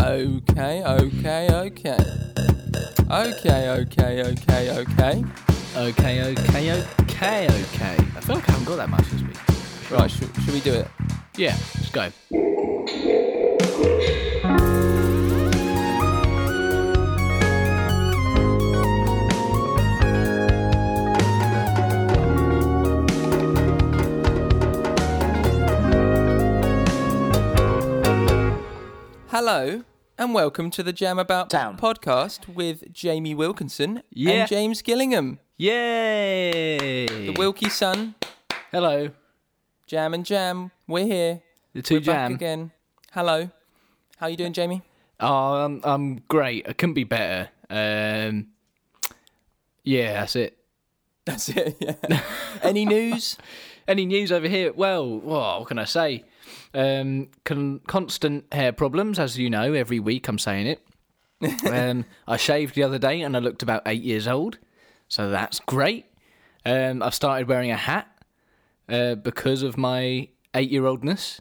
Okay, okay, okay. Okay, okay, okay, okay. Okay, okay, okay, okay. I feel like I haven't got that much this week. Right, should, should we do it? Yeah, let's go. Hello, and welcome to the Jam About Down. podcast with Jamie Wilkinson Yeah. and James Gillingham, Yay! the Wilkie son. Hello, Jam and Jam, we're here. the 2 we're back Jam. again. Hello, how you doing, Jamie? Oh, I'm, I'm great. I couldn't be better. Um, yeah, that's it. That's it. Yeah. Any news? Any news over here? Well, whoa, what can I say? Um, con- constant hair problems, as you know, every week I'm saying it. um, I shaved the other day and I looked about eight years old, so that's great. Um, I've started wearing a hat uh, because of my eight year oldness,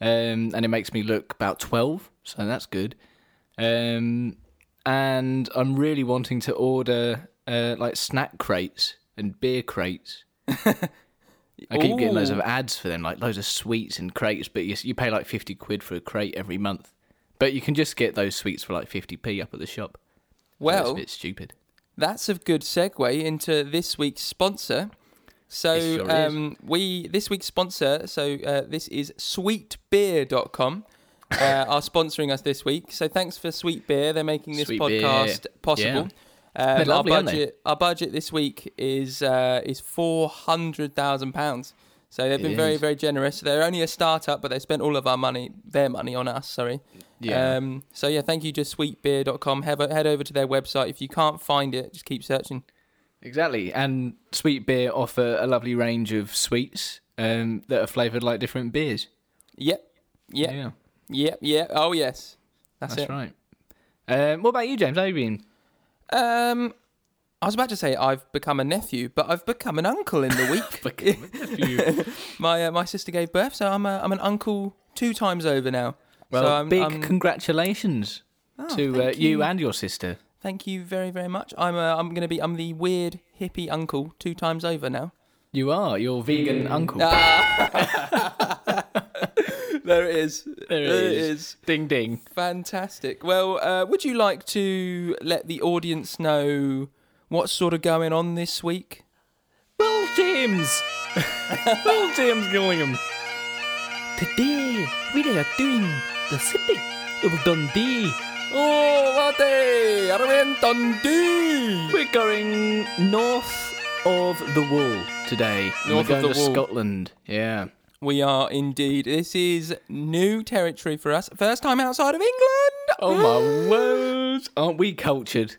um, and it makes me look about 12, so that's good. Um, and I'm really wanting to order uh, like snack crates and beer crates. I keep getting loads of Ooh. ads for them, like loads of sweets and crates, but you, you pay like 50 quid for a crate every month. But you can just get those sweets for like 50p up at the shop. So it's a Well, bit stupid. That's a good segue into this week's sponsor. So It sure is. um, we this week's sponsor. So uh, this is sweetbeer.com. Uh, are sponsoring us this week. So thanks for Sweet Beer. They're making this Sweet Beer. podcast possible. Um, lovely, our aren't they? budget our budget this week is uh, is four hundred thousand pounds. So they've been very is. very generous. They're only a startup, but they spent all of our money, their money on us. Sorry. Yeah. Um, so yeah, thank you to sweetbeer.com. Head, o- head over to their website. If you can't find it, just keep searching. Exactly. And Sweet Beer offer a lovely range of sweets um, that are flavoured like different beers. Yep. Yep. Yeah, Yep. Yep. Oh yes. That's, it. that's right. Um, what about you, James? How you been? Um I was about to say I've become a nephew, but I've become an uncle in the week. my uh, my sister gave birth, so I'm a, I'm an uncle two times over now. well, so um, I'm, big I'm- congratulations Oh, to uh, thank you and your sister. Thank you very very much. I'm uh, I'm gonna be I'm the weird hippie uncle two times over now. You are your vegan uncle. There it is. There it is. Ding ding. Fantastic. Well, uh, would you like to let the audience know what's sort of going on this week? Will James! Will James Gillingham! Today, we are doing the city of Dundee. Oh, what day! Arwen Dundee! We're going north of the wall today. And North of We're going the to wall. Scotland. Yeah. We are indeed. This is new territory for us. First time outside of England. Oh my word! Aren't we cultured?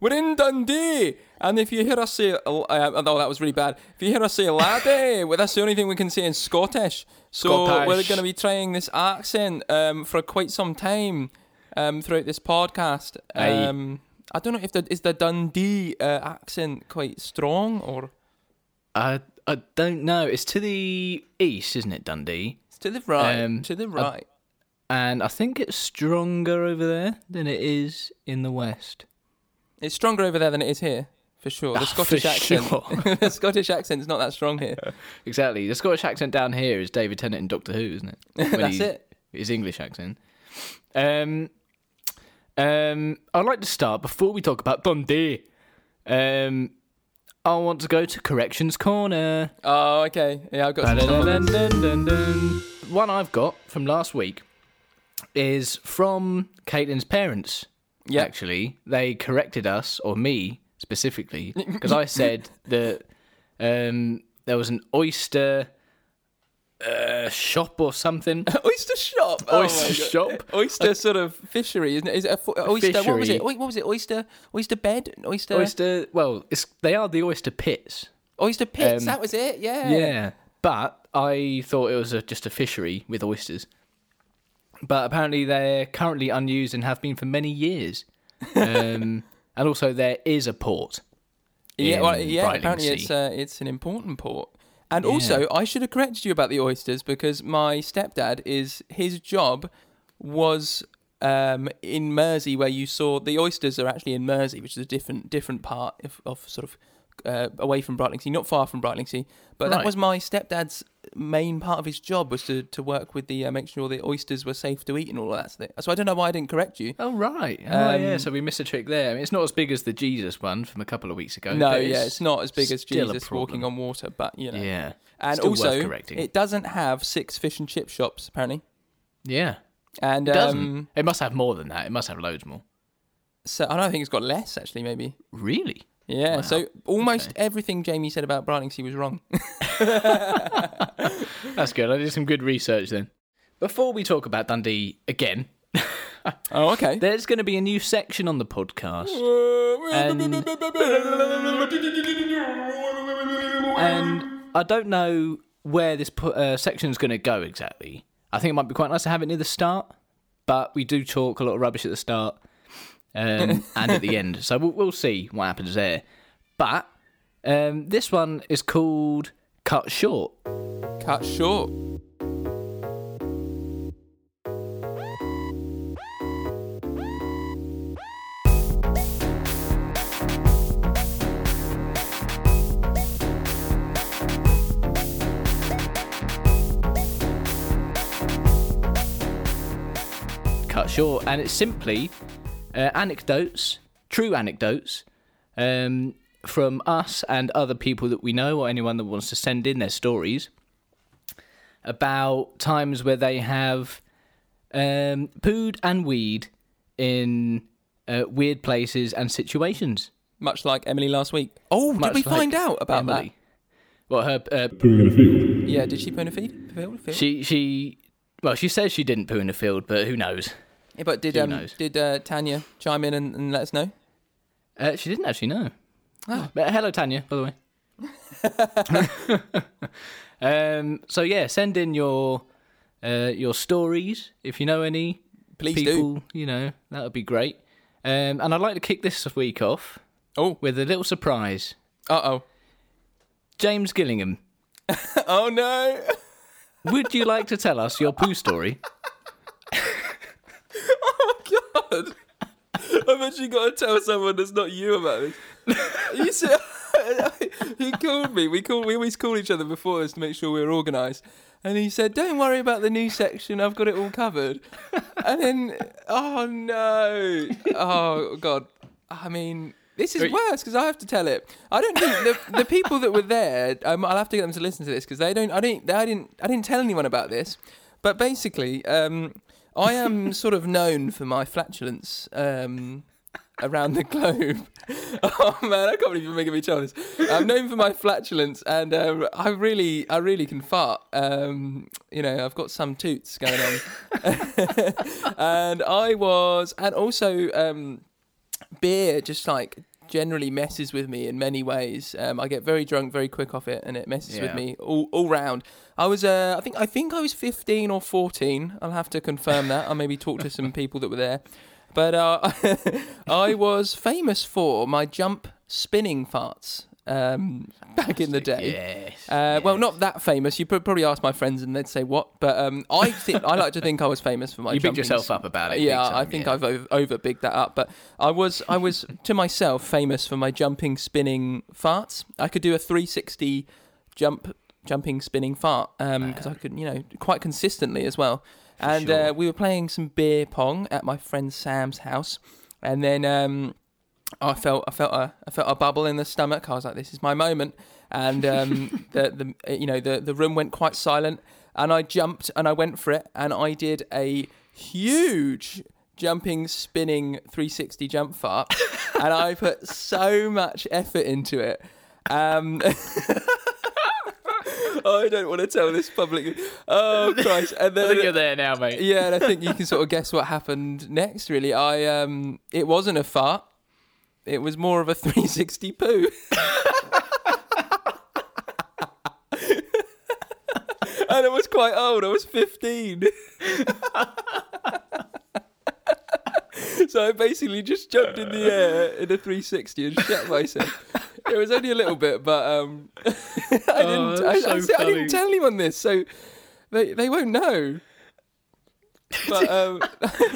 We're in Dundee. And if you hear us say, uh, oh, that was really bad. If you hear us say laddie, well, that's the only thing we can say in Scottish. So Scottish. we're going to be trying this accent um, for quite some time um, throughout this podcast. Aye. Um, I don't know if the, is the Dundee uh, accent quite strong or I I don't know. It's to the east, isn't it, Dundee? it's to the right. Um, to the I- right. And I think it's stronger over there than it is in the west. it's stronger over there than it is here, for sure. The Ah, for Scottish accent. sure. the Scottish accent's not that strong here. Exactly. The Scottish accent down here is David Tennant in Doctor Who, isn't it? When That's he- it. His English accent. Um, um, I'd like to start before we talk about Dundee. Um, I want to go to Corrections Corner. Oh, okay. Yeah, I've got some stuff on this. One I've got from last week is from Caitlin's parents. Yeah. Actually, they corrected us, or me specifically, because I said that um, there was an oyster uh, shop or something. Oyster shop. Oh my oyster God. shop. Oyster sort of fishery, isn't it? Is it a fo- oyster? What was fishery. it? Oi- What was it? Oyster. Oyster bed. Oyster. Oyster, Oyster. Well, it's they are the oyster pits. pits. um, that was it. Yeah. Yeah, but I thought it was a, just a fishery with oysters. But apparently they're currently unused and have been for many years. Um, and also there is a port. Yeah. in Well, yeah. Brightlingsea. Apparently, it's uh, it's an important port. And also, I should have corrected you about the oysters because my stepdad is his job was um, in Mersey, where you saw the oysters are actually in Mersey, which is a different different part of, of sort of uh, away from Brightlingsea, not far from Brightlingsea. But Right. that was my stepdad's main part of his job was to, to work with the uh, make sure the oysters were safe to eat and all of that. sort of thing. So I don't know why I didn't correct you. Oh right, oh, yeah. Um, So we missed a trick there. I mean, it's not as big as the Jesus one from a couple of weeks ago. No, but yeah, it's not as big as still a Jesus walking on water, but you know. yeah, And Still worth also, correcting. it doesn't have six fish and chip shops apparently. yeah. And It doesn't. um, it must have more than that. It must have loads more. so I don't think it's got less actually. Maybe Really? yeah. Wow. So almost everything Jamie said about Brightlingsea was wrong. That's good. I did some good research then. Before we talk about Dundee again, oh, okay. there's going to be a new section on the podcast, And- and I don't know where this po- uh, section is going to go exactly. I think it might be quite nice to have it near the start, but we do talk a lot of rubbish at the start um, and at the end, so we'll, we'll see what happens there. But um, this one is called "Cut Short." Cut short. cut short, and it's simply uh, anecdotes, true anecdotes, um, from us and other people that we know, or anyone that wants to send in their stories about times where they have um, pooed and weed in uh, weird places and situations. Much like Emily last week. Oh, Much did we like find out about Emily. Well, her uh, that? Yeah, did she put in a feed? Field? Field? she she well she says she didn't poo in a field, but who knows? Yeah, but did Who um, knows? did uh, Tanya chime in and, and let us know? Uh, she didn't actually know. Oh. But uh, hello, Tanya, by the way. um, so yeah, send in your uh, your stories if you know any. Please do. people, You know that would be great. Um, and I'd like to kick this week off Oh, with a little surprise. uh James Gillingham, oh, oh no! would you like to tell us your poo story? God, I've actually got to tell someone that's not you about this. You see, he called me. We call. We always call each other before this to make sure we're organised. And he said, "Don't worry about the new section. I've got it all covered." And then, oh no, oh god. I mean, this is Right. worse because I have to tell it. I don't think the, the people that were there. Um, I'll have to get them to listen to this because they don't. I didn't. I didn't. I didn't tell anyone about this. But basically, um, I am sort of known for my flatulence. Um, around the globe. oh man, I can't believe you're making me tell this. I'm known for my flatulence, and um, I really, I really can fart. Um, you know, I've got some toots going on, and I was, and also um, beer just like generally messes with me in many ways. Um, I get very drunk very quick off it, and it messes with Yeah. me all all round. I was, uh, I think, I think I was 15 or 14. I'll have to confirm that. I'll maybe talk to some people that were there. But uh, I was famous for my jump spinning farts um, back in the day. Yes. Uh, Well, not that famous. You prob- probably ask my friends and they'd say what, but um, I think I like to think I was famous for my. You jumping bigged yourself s- up about it. yeah, big time, I think yeah. I've over, over bigged that up, but I was I was to myself famous for my jumping, spinning farts. I could do a 360 jump, jumping, spinning fart because I could, you know, quite consistently as well. And sure. uh, we were playing some beer pong at my friend Sam's house, and then um, I felt I felt a I felt a bubble in the stomach. I was like, "This is my moment," and um, the the you know the the room went quite silent, and I jumped and I went for it, and I did a huge jumping, spinning 360 jump fart, and I put so much effort into it. Um, I don't want to tell this publicly. Oh Christ! And I then think you're there now, mate. yeah, and I think you can sort of guess what happened next. Really, I um, it wasn't a fart. It was more of a 360 poo. and I was quite old. I was 15. so I basically just jumped in Uh. the air in a 360 and shat myself. It was only a little bit, but um, I didn't. Oh, I, that's I so said- I funny. didn't tell anyone this, so they they won't know. But um,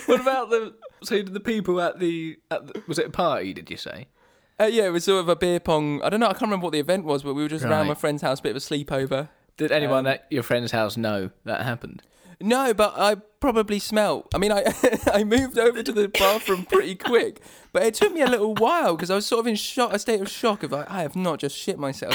What about the so the people at the, at the was it a party? Did you say? uh, yeah, it was sort of a beer pong. I don't know. I can't remember what the event was, but we were just around Right. my friend's house, bit of a sleepover. Did anyone at your friend's house know that happened? No, but I probably smelt. I mean, I I moved over to the bathroom pretty quick, but it took me a little while because I was sort of in shock, a state of shock of like, I have not just shit myself.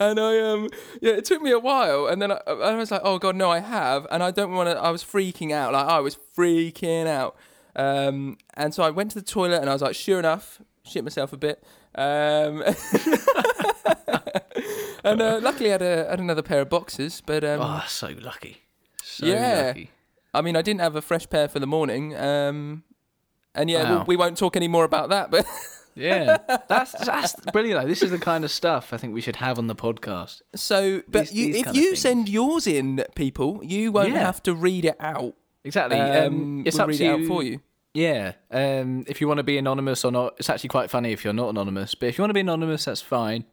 and I um yeah, it took me a while, and then I, I was like, oh god, no, I have, and I don't want to. I was freaking out, like I was freaking out, um, and so I went to the toilet, and I was like, sure enough, shit myself a bit, um. And uh, luckily, I had, a, had another pair of boxes, but um, oh, so lucky. So yeah. lucky. I mean, I didn't have a fresh pair for the morning. Um, and yeah, Wow. we'll, we won't talk any more about that. But Yeah, that's that's brilliant. Though. This is the kind of stuff I think we should have on the podcast. so, but These- you, these if kind of you things. send yours in, people, you won't Yeah. have to read it out. Exactly. Um, Um, it's we'll up read to it you. out for you. Yeah. Um, if you want to be anonymous or not, it's actually quite funny if you're not anonymous. But if you want to be anonymous, that's fine.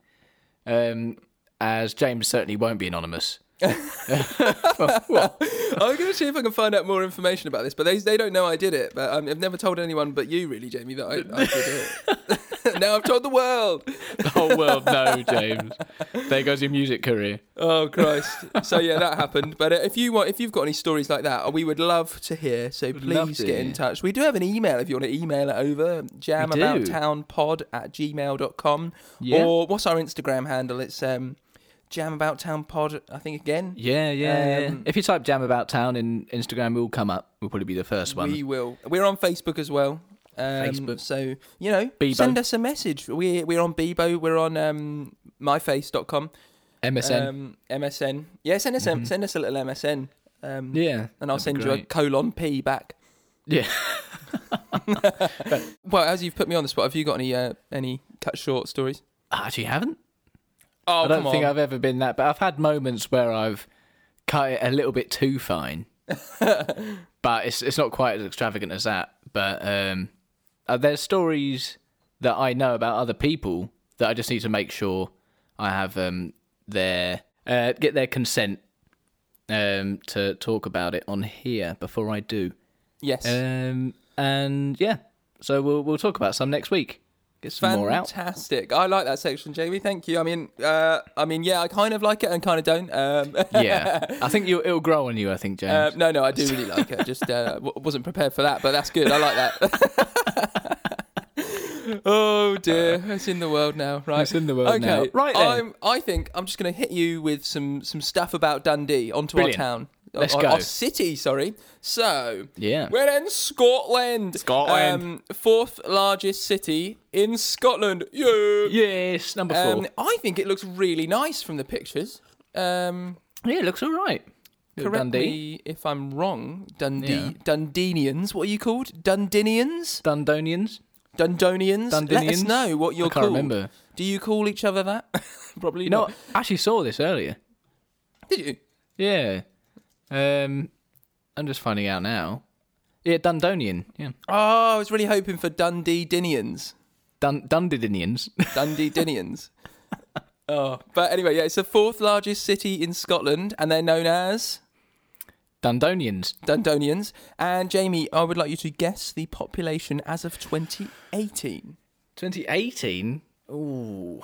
Um, as James certainly won't be anonymous. I'm going to see if I can find out more information about this, but they they don't know I did it. But um, I've never told anyone but you, really, Jamie, that I, I did it. now I've told the world. The whole world Oh, no, James. There goes your music career. Oh Christ! So yeah, that happened. But uh, if you want, if you've got any stories like that, we would love to hear. So Would love please to get in hear. touch. We do have an email if you want to email it over. Jamabouttownpod at gmail.com. Yeah. Or what's our Instagram handle? It's um, jamabouttownpod. I think again. Yeah, yeah, yeah. Um, If you type "Jam About Town" in Instagram, we'll come up. We'll probably be the first one. We will. We're on Facebook as well. Um, Facebook. So you know, Bebo. send us a message. We're we're on Bebo. We're on um, myface.com. MSN. Um, MSN. Yeah, send us a, send us a little MSN. Um, Mm-hmm. yeah, and I'll that'd send be you a great. colon P back. Yeah. Well, as you've put me on the spot, have you got any uh, any cut short stories? I actually haven't. Oh, I don't think I've ever been that, but I've had moments where I've cut it a little bit too fine. but it's it's not quite as extravagant as that. But um, uh, there's stories that I know about other people that I just need to make sure I have um, their uh, get their consent um, to talk about it on here before I do. Yes. Um, and yeah, so we'll we'll talk about some next week. Get some more out. Fantastic. I like that section, Jamie. Thank you. I mean, uh, I mean, yeah, I kind of like it and kind of don't. Um, yeah, I think you it'll grow on you. I think James. uh, no, no, I do really like it. Just uh, w- wasn't prepared for that, but that's good. I like that. oh dear, it's in the world now, right? Uh, It's in the world okay. now. Right then. I'm, I think I'm just going to hit you with some some stuff about Dundee onto Brilliant. our town. Let's our, go. Our city, sorry. So Yeah. we're in Scotland. Scotland. um, fourth largest city in Scotland. Yeah. Yes, number four. Um, I think it looks really nice from the pictures. Um, yeah, it looks all right. Little correct me Dundee. if I'm wrong. Dundee, Yeah. Dundinians. What are you called? Dundinians, Dundonians. Dundonians. Let us Dundinians? know what you're I can't called. remember. Do you call each other that? Probably You know, not. what? I actually saw this earlier. Did you? Yeah. Um, I'm just finding out now. Yeah, Dundonian. Yeah. Oh, I was really hoping for Dundee Dinians. Dun- Dundidinians. Dundee Dinians. oh, but anyway, yeah, it's the fourth largest city in Scotland, and they're known as Dundonians. Dundonians. And Jamie, I would like you to guess the population as of 2018. 2018. Ooh.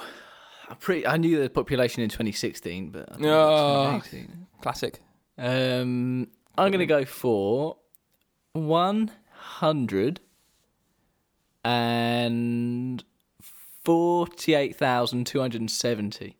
I pretty. I knew the population in 2016, but I don't Oh. know, 2018. Classic. Um, I'm gonna go for 100 and 48,270.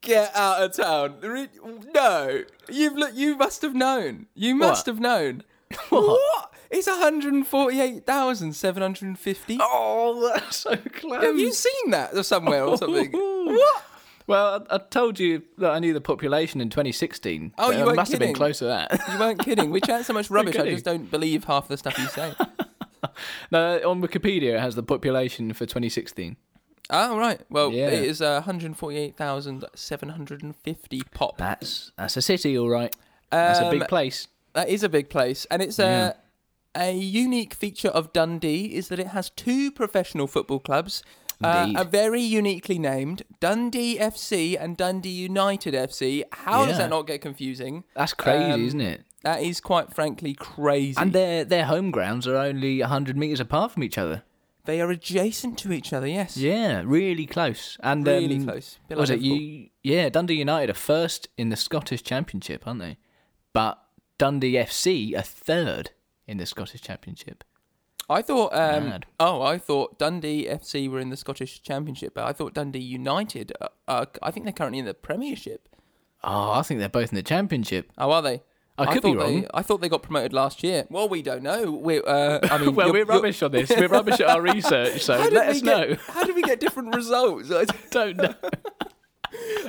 Get out of town. Re- No, you've look. You must have known. You must have known. What? It's one hundred forty-eight thousand seven hundred fifty. Oh, that's so close. Have you seen that or somewhere or something? what? Well, I, I told you that I knew the population in 2016. Oh, but you I weren't must have kidding. been close to that. You weren't kidding. We chat so much rubbish. I kidding. just don't believe half the stuff you say. no, on Wikipedia it has the population for 2016. Oh right. Well, Yeah. it is uh, one hundred forty-eight thousand seven hundred and fifty pop. That's that's a city, all right. That's a big Um, place. That is a big place, and it's a a unique feature of Dundee is that it has two professional football clubs uh, Indeed. are very uniquely named Dundee FC and Dundee United FC. How does Yeah. that not get confusing? That's crazy, Um, isn't it? That is quite frankly crazy. And their their home grounds are only 100 metres apart from each other. they are adjacent to each other, yes. Yeah, really close. And Really um, close. Bit what Was like it Liverpool. you? Yeah, Dundee United are first in the Scottish Championship, aren't they? But Dundee FC are third in the Scottish Championship. I thought. Um, Mad. oh, I thought Dundee FC were in the Scottish Championship, but I thought Dundee United. Uh, uh, I think they're currently in the Premiership. Oh, I think they're both in the Championship. Oh, are they? I could be thought they- wrong. I thought they got promoted last year. Well, we don't know. We, uh, I mean, Well, you're- we're you're- rubbish on this. We're rubbish at our research, so How did let we us get- know. How did we get different results? Don't know.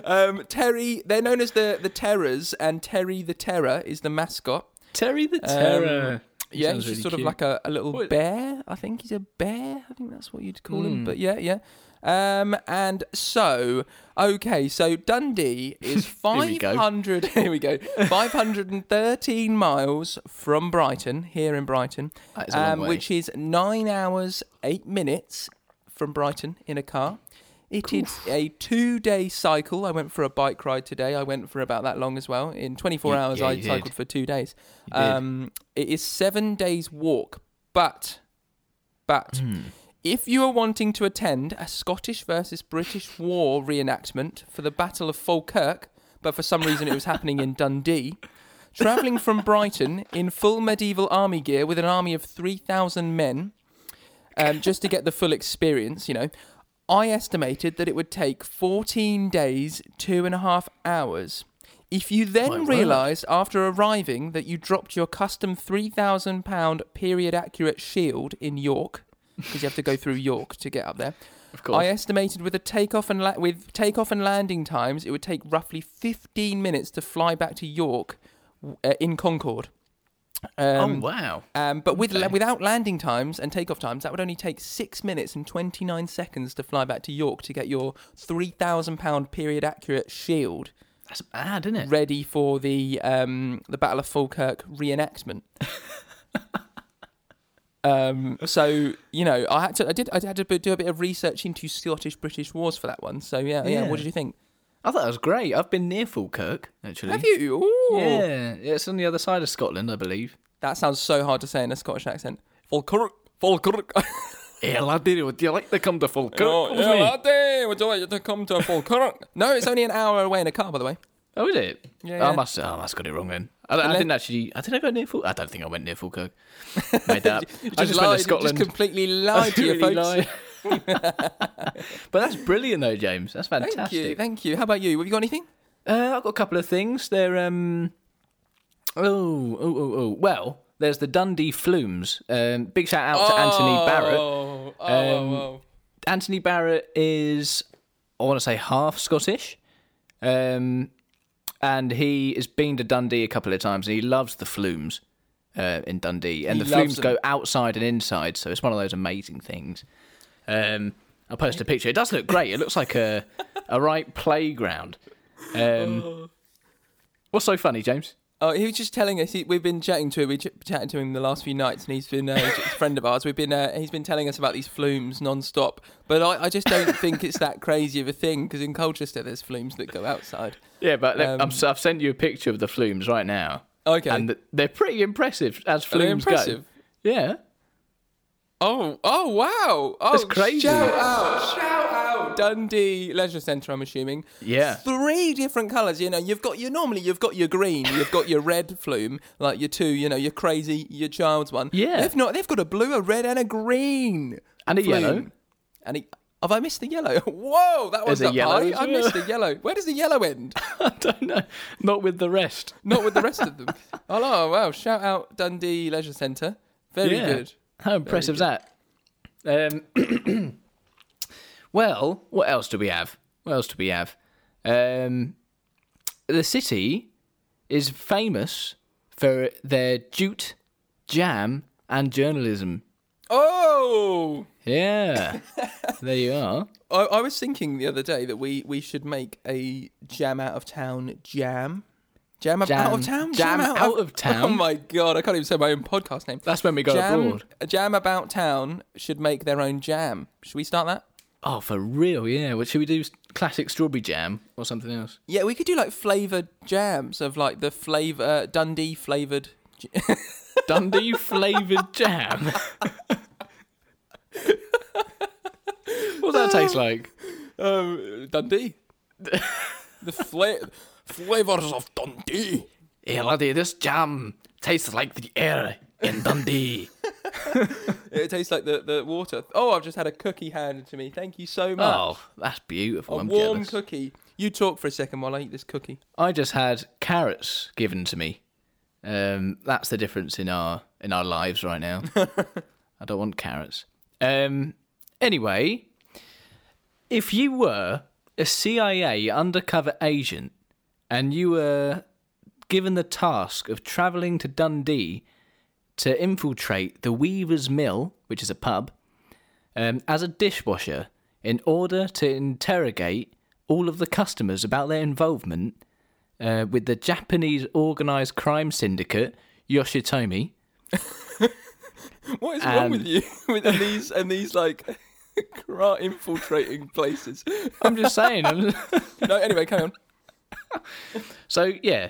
Um, Terry, they're known as the the Terrors, and Terry the Terror is the mascot. Terry the Um, Terror. He yeah, he's sounds just really sort cute. of like a, a little What- bear. I think he's a bear. I think that's what you'd call Hmm. him. But yeah, yeah. Um, and so, okay, so Dundee is we go. 500. Here we go. 513 miles from Brighton, here in Brighton, That is a long way. Um, which is nine hours, eight minutes from Brighton in a car. It is a two day cycle. I went for a bike ride today. I went for about that long as well. In 24 You- hours, yeah, I you did. cycled for two days. You did. Um, it is seven days walk, but but Hmm. if you are wanting to attend a Scottish versus British war reenactment for the Battle of Falkirk, but for some reason it was happening in Dundee, travelling from Brighton in full medieval army gear with an army of three thousand men, um, just to get the full experience, you know. I estimated that it would take 14 days, two and a half hours. If you My then word. realised after arriving that you dropped your custom £3,000 period accurate shield in York, because you have to go through York to get up there, of course. I estimated with a takeoff and la- with takeoff and landing times, it would take roughly 15 minutes to fly back to York w- uh, in Concorde. oh Um, wow! um, but with Oh. Okay. without landing times and takeoff times, that would only take six minutes and twenty nine seconds to fly back to York to get your three thousand pound period accurate shield That's bad, isn't it? ready for the um, the Battle of Falkirk reenactment. um, so you know, I had to I did I had to do a bit of research into Scottish British wars for that one. So yeah, yeah. Yeah. What did you think? I thought that was great. I've been near Falkirk actually. Have you? Ooh. Yeah, it's on the other side of Scotland, I believe. That sounds so hard to say in a Scottish accent. Falkirk, Falkirk. Yeah, I did it. Would you like to come to Falkirk? Oh, yeah, laddie, would you like to come to Falkirk? no, it's only an hour away in a car, by the way. Oh, is it? Yeah, I yeah. must. Oh, I must got it wrong then. I, I Unless- didn't actually. I did I go near Falkirk. I don't think I went near Falkirk. Made that. up. I just lied, went to You Scotland. just completely lied to you, Really folks. lied. but that's brilliant, though, James. That's Thank fantastic. you, thank you. How about you? Have you got anything? Uh, I've got a couple of things. They're um, oh, oh, oh, oh. Well, there's the Dundee Flumes. Um, big shout out to Anthony Barrett. Oh, oh, Um, oh. Anthony Barrett is, I want to say, half Scottish, um, and he has been to Dundee a couple of times, and he loves the Flumes uh, in Dundee, and He the loves Flumes them. go outside and inside, so it's one of those amazing things. Um, I'll post a picture. It does look great. It looks like a a right playground. Um, what's so funny, James? Oh, he was just telling us. He, we've been chatting to him. We ch- chatted to him the last few nights, and he's been uh, he's a friend of ours. We've been uh, he's been telling us about these flumes non-stop. But I, I just don't think it's that crazy of a thing because in Colchester there's flumes that go outside. Yeah, but Um, I'm, I've sent you a picture of the Flumes right now, Okay, and they're pretty impressive as Are they Flumes impressive? go. Yeah. Oh, oh wow. Oh, That's crazy. Shout out, shout out. Dundee Leisure Centre, I'm assuming. Yeah. Three different colours. You know, you've got your normally you've got your green, you've got your red flume, like your two, you know, your crazy, your child's one. Yeah. They've not they've got a blue, a red, and a green. And a yellow. And a, have I missed the yellow? Whoa, that was There's a yellow as I well. missed the yellow. Where does the yellow end? I don't know. Not with the rest. Not with the rest of them. Oh wow, shout out Dundee Leisure Centre. Very Yeah. good. How impressive is that? Um, well, what else do we have? What else do we have? Um, the city is famous for their jute, jam, and journalism. Oh, Yeah, there you are. I, I was thinking the other day that we, we should make a jam out of town jam. Jam, of Jam- out of town? jam out of Oh town? my god, I can't even say my own podcast name. That's when we go jam, abroad. Jam about town should make their own jam. Should we start that? Oh, for real? Yeah. What should we do? S- Classic strawberry jam or something else? Yeah, we could do like flavored jams of like the flavor uh, Dundee flavored. Dundee flavored jam. what does that taste like? Um, Dundee. the fla- flavors of Dundee. Yeah, laddie, this jam tastes like the air in Dundee. It tastes like the, the water. Oh, I've just had a cookie handed to me. Thank you so much. oh, that's beautiful. a I'm warm jealous. cookie. You talk for a second while I eat this cookie. I just had carrots given to me. Um, that's the difference in our in our lives right now. I don't want carrots. Um, anyway, if you were a CIA undercover agent and you were given the task of travelling to Dundee to infiltrate the Weaver's Mill, which is a pub, um, as a dishwasher in order to interrogate all of the customers about their involvement uh, with the Japanese organized crime syndicate Yoshitomi. What is wrong with And- you with and these and these like cra- infiltrating places? I'm just saying. I'm- No, anyway, carry on. so yeah,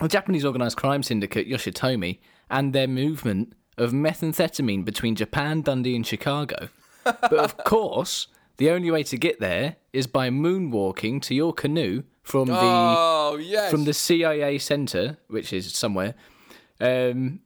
the Japanese organized crime syndicate Yoshitomi and their movement of methamphetamine between Japan, Dundee, and Chicago. But of course, the only way to get there is by moonwalking to your canoe from the Oh yes. from the CIA center, which is somewhere. Um,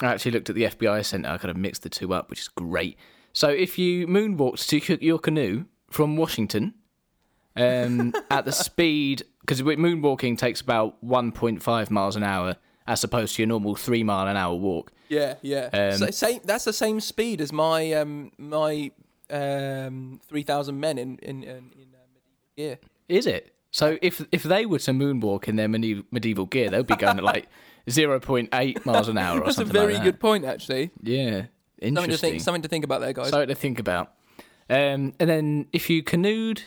I actually looked at the FBI center. I kind of mixed the two up, which is great. So if you moonwalked to c- your canoe from Washington um, at the speed, because moonwalking takes about 1.5 miles an hour as opposed to your normal three mile an hour walk. yeah, yeah. Um, so, same, that's the same speed as my um my um three thousand men in in in, in uh, medieval gear. Is it? So if if they were to moonwalk in their medieval, medieval gear, they'd be going at like 0.8 miles an hour or That's a Oh, something very like that. good point, actually. Yeah, interesting. Something to think. Something to think about there, guys. Something to think about. Um, and then if you canoed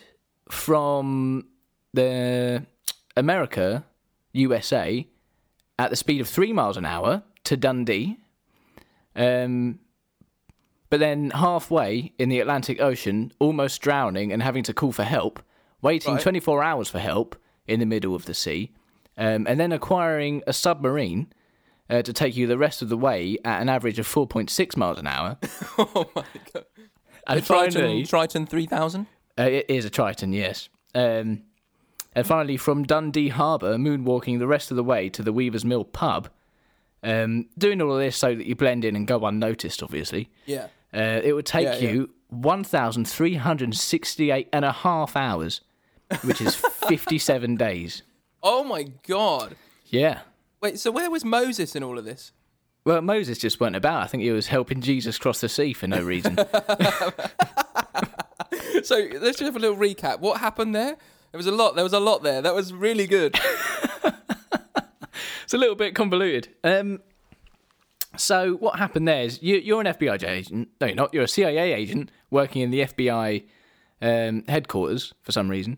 from the America, USA, at the speed of three miles an hour to Dundee, um, but then halfway in the Atlantic Ocean, almost drowning and having to call for help, waiting Right. 24 hours for help in the middle of the sea, um, and then acquiring a submarine uh, to take you the rest of the way at an average of 4.6 miles an hour. oh my god. And Triton, finally, Triton three thousand. uh, it is a Triton, yes. Um, and finally, from Dundee Harbour, moonwalking the rest of the way to the Weaver's Mill pub, um, doing all of this so that you blend in and go unnoticed, obviously. Yeah. Uh, it would take Yeah, yeah. you 1,368 and a half hours, which is 57 days. Oh my god. Yeah. Wait. So where was Moses in all of this? Well, Moses just weren't about. I think he was helping Jesus cross the sea for no reason. So let's just have a little recap. What happened there? There was a lot. There was a lot there. That was really good. it's a little bit convoluted. Um, so what happened there is you, you're an FBI agent. No, you're not. You're a CIA agent working in the FBI um, headquarters for some reason,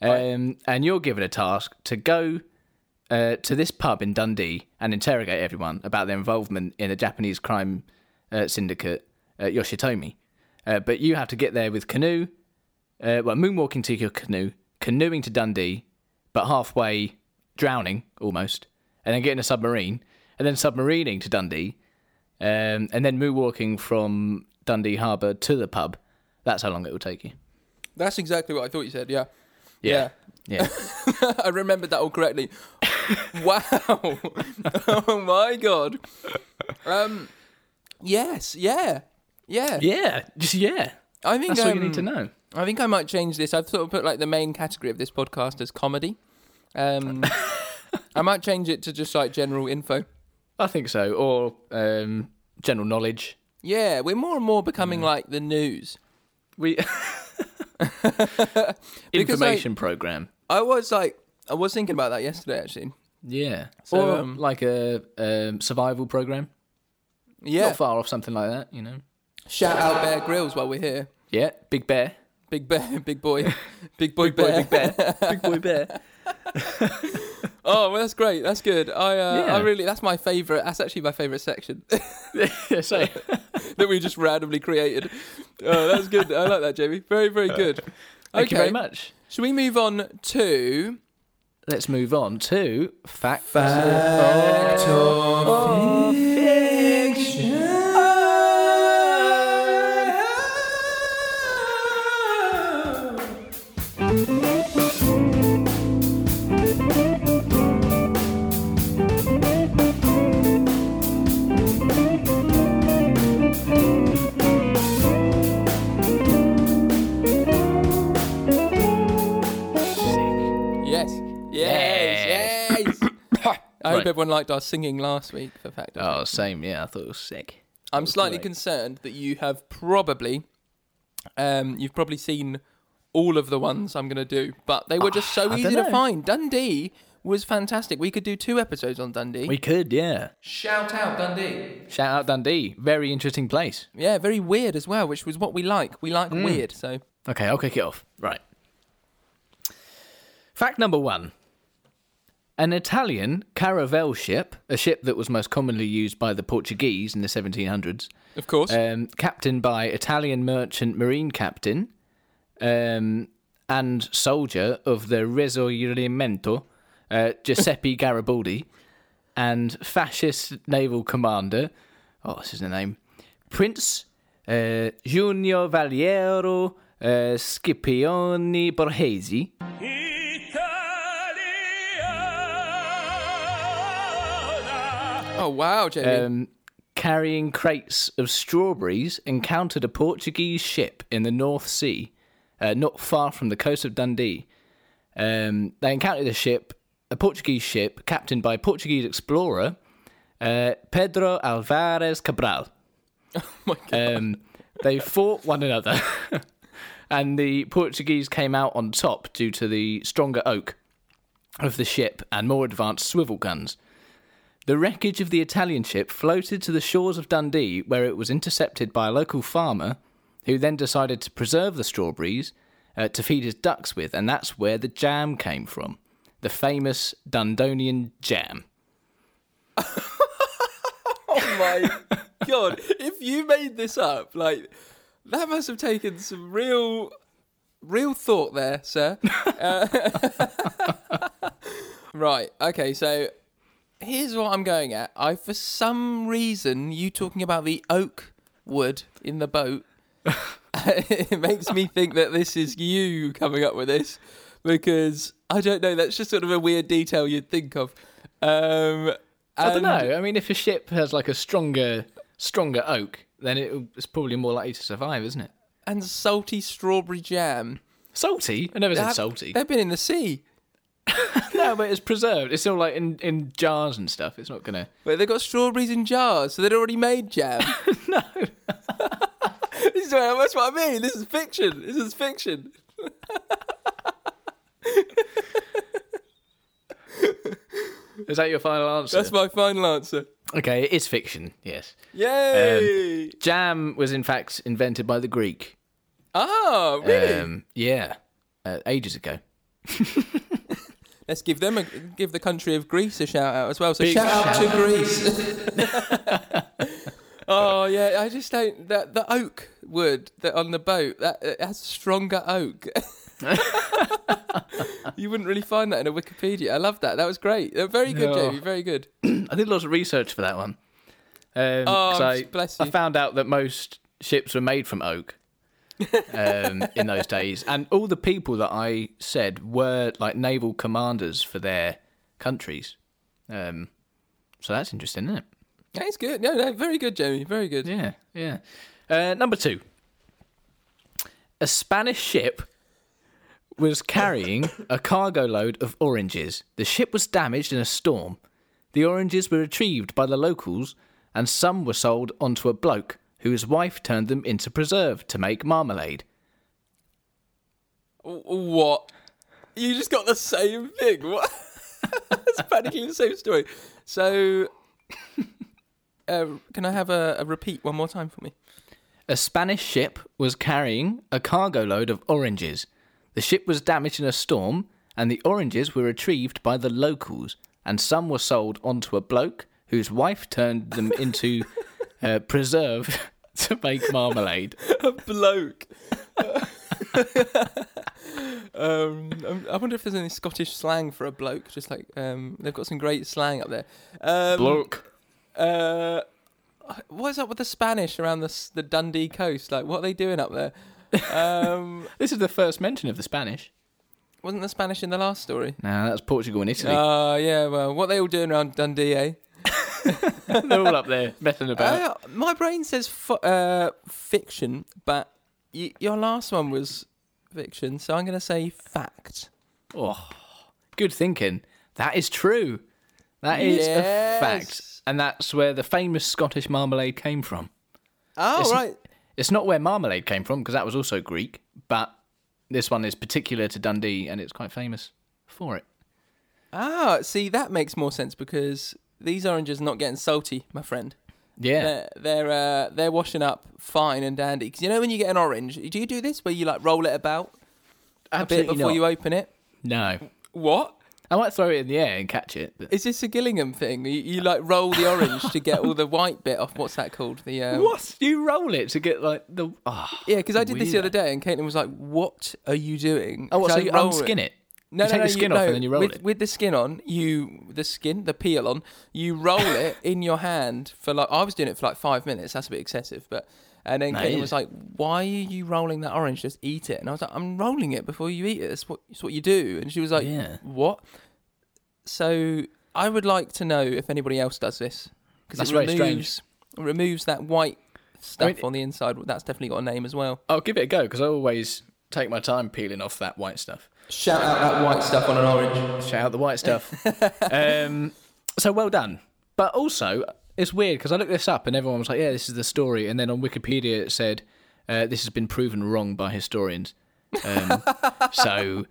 um, and you're given a task to go uh, to this pub in Dundee and interrogate everyone about their involvement in the Japanese crime uh, syndicate uh, Yoshitomi. Uh, but you have to get there with canoe, uh, well, moonwalking to your canoe, canoeing to Dundee, but halfway drowning almost, and then getting a submarine, and then submarining to Dundee, um, and then moonwalking from Dundee Harbour to the pub. That's how long it will take you. That's exactly what I thought you said. Yeah. Yeah. Yeah. I remembered that all correctly. wow. oh my god. Um. Yes. Yeah. Yeah. yeah. Just yeah. I think That's all you um, need to know. I think I might change this. I've sort of put like the main category of this podcast as comedy. Um, I might change it to just like general info. I think so. Or um, general knowledge. Yeah, we're more and more becoming like the news. We information program. I was like, I was thinking about that yesterday actually. Yeah. So, or um, like a um, survival program. Yeah, Not far off something like that, you know. shout out Bear Grylls while we're here. Yeah. Big Bear. Big bear, big boy, big boy, Boy, bear. Big Bear. Big Boy Bear. Oh, well, that's great. That's good. I, uh, Yeah. I really, that's my favorite. That's actually my favorite section yeah, so that we just randomly created. Oh, that's good. I like that, Jamie. Very, very good. Uh, Thank okay. you very much. Should we move on to Let's move on to fact. Yes. Yes. Yes. I hope Right. everyone liked our singing last week for fact. or Oh, same. Yeah, I thought it was sick. I'm slightly great. concerned that you have probably, um, you've probably seen all of the ones I'm going to do, but they were just so Ah, I easy dunno. to find. Dundee was fantastic. We could do two episodes on Dundee. We could, yeah. Shout out Dundee. Shout out Dundee. Very interesting place. Yeah, very weird as well, which was what we like. We Mm. like weird, so Okay, I'll kick it off. Right. Fact number one An Italian caravel ship, a ship that was most commonly used by the Portuguese in the 1700s, of course. um, captained by Italian merchant marine captain um, and soldier of the Risorgimento, uh, Giuseppe Garibaldi, and fascist naval commander. Oh, what's his name? Prince uh, Giulio Valiero uh, Scipione Borghese. oh wow, Jamie. um, carrying crates of strawberries, encountered a Portuguese ship in the North Sea, uh, not far from the coast of Dundee. Um, they encountered a ship, a Portuguese ship, captained by a Portuguese explorer, uh, Pedro Alvarez Cabral. my Um, they fought one another, and the Portuguese came out on top due to the stronger oak of the ship and more advanced swivel guns. The wreckage of the Italian ship floated to the shores of Dundee, where it was intercepted by a local farmer, who then decided to preserve the strawberries uh, to feed his ducks with, and that's where the jam came from. The famous Dundonian jam. oh my god! If you made this up, like that must have taken some real, real thought there, sir. Uh, right. Okay. So here's what I'm going at. I, for some reason, you talking about the oak wood in the boat, it makes me think that this is you coming up with this because I don't know. That's just sort of a weird detail you'd think of. Um, I don't and- know. I mean, if a ship has like a stronger, stronger oak, then it- it's probably more likely to survive, isn't it? and salty strawberry jam. Salty? I never said Have- salty. They've been in the sea, No, but it's preserved. It's still like in, in jars and stuff. It's not gonna. but they've got strawberries in jars, so they'd already made jam. no. this is what, that's what I mean. This is fiction. This is fiction. Is that your final answer? That's my final answer. okay, it is fiction. Yes, Yay! jam was in fact invented by the Greek. ah, really? Um, yeah, uh, ages ago. Let's give them a give the country of Greece a shout out as well. So shout out to Greece. oh yeah, I just don't that the oak wood that on the boat that it has stronger oak. you wouldn't really find that in a Wikipedia. I love that. That was great. Uh, Very good, No. Jamie. Very good. I did lots of research for that one. Um, Oh, 'cause I, bless I you. found out that most ships were made from oak um, in those days, and all the people that I said were like naval commanders for their countries. Um, so that's interesting, isn't it? That's good. No, no, very good, Jamie. Very good. Yeah, yeah. Uh, number two, a Spanish ship was carrying a cargo load of oranges. The ship was damaged in a storm. The oranges were retrieved by the locals, and some were sold onto a bloke whose wife turned them into preserve to make marmalade. W- What? You just got the same thing. What? It's practically the same story. So, uh, can I have a, a repeat one more time for me? A Spanish ship was carrying a cargo load of oranges. The ship was damaged in a storm, and the oranges were retrieved by the locals, and some were sold onto a bloke whose wife turned them into uh, preserve to make marmalade. a bloke. um, um, I wonder if there's any Scottish slang for a bloke. Just like um, they've got some great slang up there. Um, Bloke. Uh, what's up with the Spanish around the s- the Dundee coast? Like, what are they doing up there? Um, This is the first mention of the Spanish. wasn't the Spanish in the last story? No, that's Portugal and Italy. Oh, yeah. Well, what are they all doing around Dundee? Eh? They're all up there messing about. Uh, my brain says f- uh, fiction, but y- your last one was fiction, so I'm going to say fact. oh, good thinking. That is true. That is a fact. Yes. And that's where the famous Scottish marmalade came from. Oh, It's- right. It's not where marmalade came from because that was also Greek, but this one is particular to Dundee and it's quite famous for it. Ah, see, that makes more sense because these oranges are not getting salty, my friend. Yeah. They're they're, uh, they're washing up fine and dandy. Because you know when you get an orange, do you do this where you like roll it about a bit Absolutely before not. you open it? No. What? I might throw it in the air and catch it. But Is this a Gillingham thing? You, you like roll the orange to get all the white bit off. What's that called? The uh, what? You roll it to get like the. ah. Yeah, because I did this the Weird. other day, and Caitlin was like, "What are you doing?" Oh, what, So so I you roll unskin it? No, you no, take no, the skin you, off no, and then you roll with, it. with the skin on. You the skin, the peel on. You roll it in your hand for like I was doing it for like five minutes. That's a bit excessive, but and then No, it Caitlin is. was like, "Why are you rolling that orange? Just eat it." And I was like, "I'm rolling it before you eat it. That's what that's what you do." And she was like, Yeah. "What?" So I would like to know if anybody else does this because That's it very removes strange. removes that white stuff mean- on the inside. That's definitely got a name as well. I'll give it a go because I always take my time peeling off that white stuff. Shout out that white stuff on an orange. Shout out the white stuff. um, so well done. But also, it's weird because I looked this up and everyone was like, yeah, this is the story. And then on Wikipedia, it said, uh, this has been proven wrong by historians. Um, so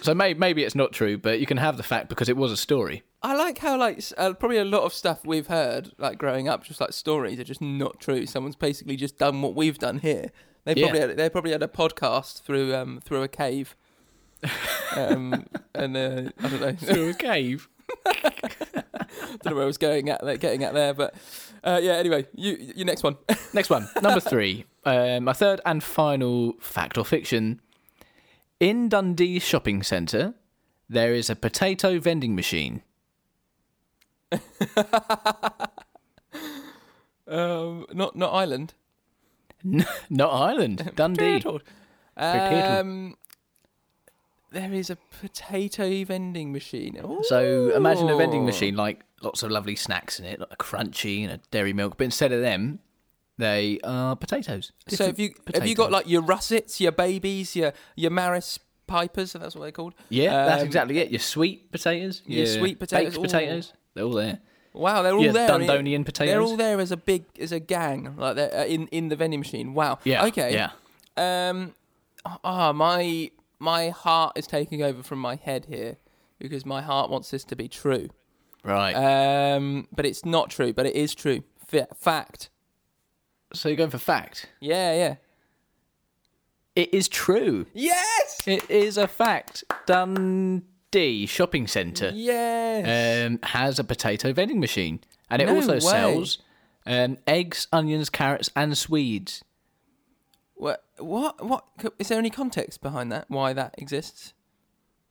so may- maybe it's not true, but you can have the fact because it was a story. I like how like s- uh, probably a lot of stuff we've heard like growing up, just like stories are just not true. Someone's basically just done what we've done here. They Yeah. probably had, they probably had a podcast through um through a cave. um and uh, I don't know, I Through a cave. don't know where I was going at like, getting at there, but uh, yeah. Anyway, you your next one. Next one, number three. Um, my third and final fact or fiction. In Dundee shopping centre, there is a potato vending machine. um, not not Ireland. Not Ireland, Dundee. Potato. Potato. Um, there is a potato vending machine. So imagine a Ooh. vending machine, like lots of lovely snacks in it, like a crunchy and a dairy milk. But instead of them, they are potatoes. So have you have you got like your russets, your babies, your your maris pipers, if that's what they're called? yeah, that's Um, exactly it. Your sweet potatoes, your sweet potatoes, baked ooh. potatoes, they're all there. Wow, they're all Your there. Dundonian They're potatoes. all there as a big as a gang, like they're uh, in in the vending machine. Wow. Yeah. Okay. Yeah. Um. Ah, my my heart is taking over from my head here because my heart wants this to be true. Right. Um. But it's not true. But it is true. F- fact. so you're going for fact. Yeah. Yeah. It is true. Yes. It is a fact. Dundee shopping centre Yes. um, has a potato vending machine, and it No also way. sells um, eggs, onions, carrots, and swedes. what? What? What? Is there any context behind that? Why that exists?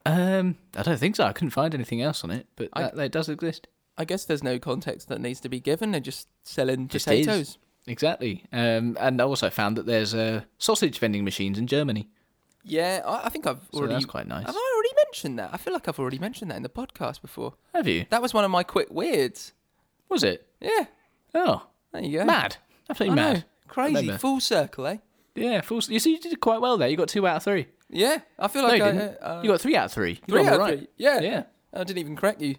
Um, I don't think so. I couldn't find anything else on it, but that, that does exist. I guess there's no context that needs to be given. They're just selling Just is. potatoes. Exactly. Um, and I also found that there's uh, sausage vending machines in Germany. Yeah, I, I think I've So already. that's quite nice. Have I already mentioned that? I feel like I've already mentioned that in the podcast before. Have you? That was one of my quick weirds. Was it? Yeah, Oh, there you go. mad. I know. Absolutely mad. Crazy. Remember. Full circle, eh? Yeah, full. You see, you did quite well there. You got two out of three. Yeah, I feel No, like you I. didn't. Uh, you got three out of three. You got three them out of right. three. Yeah. Yeah. I didn't even correct you.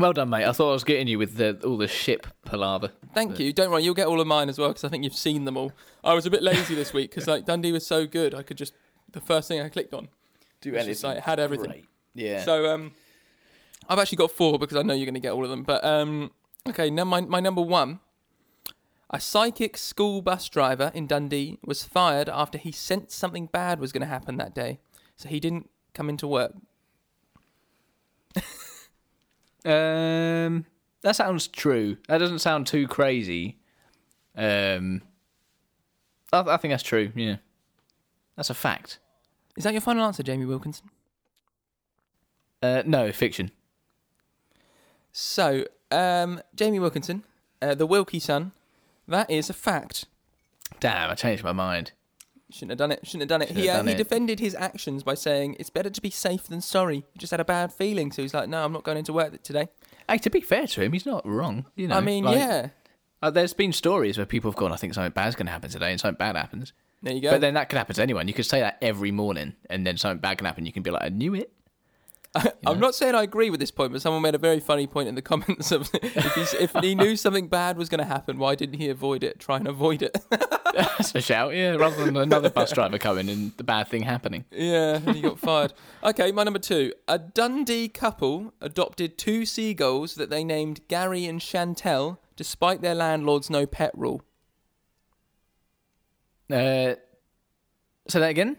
Well done, mate. I thought I was getting you with the, all the ship palaver. Thank you. Don't worry, you'll get all of mine as well because I think you've seen them all. I was a bit lazy this week because like Dundee was so good, I could just the first thing I clicked on, Do was just, like had everything. Yeah. So um, I've actually got four because I know you're going to get all of them. But um, okay, now my my number one. A psychic school bus driver in Dundee was fired after he sensed something bad was going to happen that day, so he didn't come into work. um, that sounds true. That doesn't sound too crazy. Um, I, I think that's true. Yeah, that's a fact. Is that your final answer, Jamie Wilkinson? Uh, no, fiction. So, um, Jamie Wilkinson, uh, the Wilkie son, that is a fact. Damn, I changed my mind. Shouldn't have done it. Shouldn't have done it. Shouldn't he have uh, done he it. defended his actions by saying it's better to be safe than sorry. He just had a bad feeling, so he's like, no, I'm not going into work today. Hey, to be fair to him, he's not wrong. You know, I mean, like, yeah. uh, there's been stories where people have gone, I think something bad's going to happen today, and something bad happens. There you go. But then that could happen to anyone. You could say that every morning, and then something bad can happen. You can be like, I knew it. I'm not saying I agree with this point, but someone made a very funny point in the comments of if, he's, if he knew something bad was going to happen, why didn't he avoid it? Try and avoid it. That's a shout, yeah. Rather than another bus driver coming and the bad thing happening. yeah, and he got fired. Okay, my number two. A Dundee couple adopted two seagulls that they named Gary and Chantel, despite their landlord's no pet rule. Uh, say that again.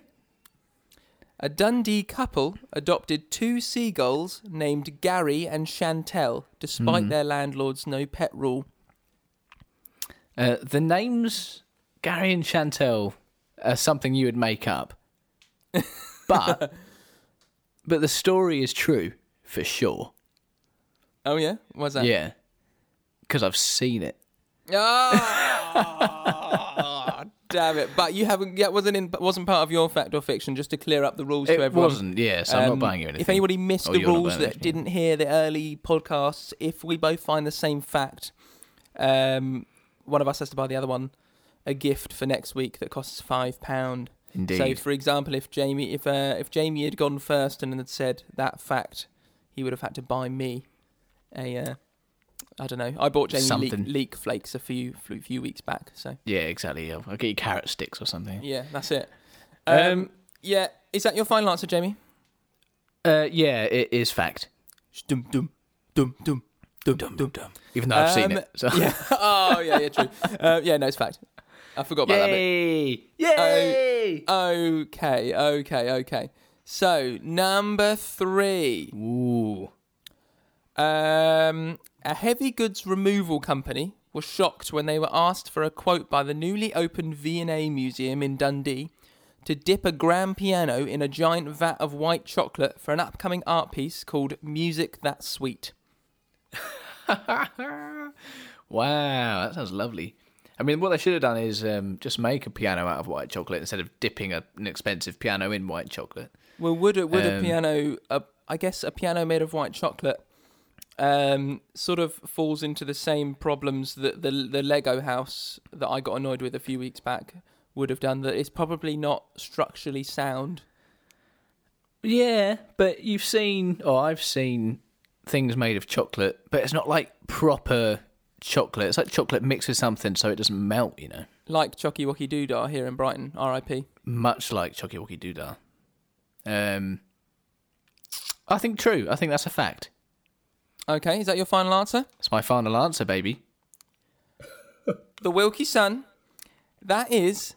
A Dundee couple adopted two seagulls named Gary and Chantel, despite their landlord's no pet rule. Uh, the names Gary and Chantel are something you would make up, but but the story is true for sure. Oh yeah, was that? Yeah, because I've seen it. Ah, damn it! But you haven't. That wasn't in. Wasn't part of your fact or fiction. Just to clear up the rules It to everyone. wasn't. Yeah, so I'm Um, not buying you anything. If anybody missed Oh, the you're not rules buying that anything. didn't hear the early podcasts, if we both find the same fact, um, one of us has to buy the other one a gift for next week that costs five pound. Indeed. So, for example, if Jamie, if uh, if Jamie had gone first and had said that fact, he would have had to buy me a. Uh, I don't know. I bought Jamie leek, Something. leek flakes a few few weeks back, so yeah, exactly. I'll, I'll get you carrot sticks or something. yeah, that's it. Um, Um, yeah, is that your final answer, Jamie? Uh, yeah, it is fact. Dum dum dum dum dum dum dum. Even though I've seen Um, it. So. Yeah. Oh yeah, yeah, true. uh, yeah, no, it's fact. I forgot about that bit. Yay! Yay! Okay, okay, okay. So number three. Ooh. Um, a heavy goods removal company was shocked when they were asked for a quote by the newly opened V&A Museum in Dundee to dip a grand piano in a giant vat of white chocolate for an upcoming art piece called Music That's Sweet. Wow, that sounds lovely. I mean, what they should have done is um, just make a piano out of white chocolate instead of dipping a, an expensive piano in white chocolate. Well, would a, would a Um, piano, a, I guess a piano made of white chocolate, um, sort of falls into the same problems that the the Lego house that I got annoyed with a few weeks back would have done. That it's probably not structurally sound. Yeah, but you've seen, or I've seen things made of chocolate, but it's not like proper chocolate. It's like chocolate mixed with something so it doesn't melt, you know? like Chocky Wocky Doodah here in Brighton, RIP. Much like Chocky Wocky Doodah. Um, I think true. I think that's a fact. Okay, is that your final answer? It's my final answer, baby. The Wilkie Sun. That is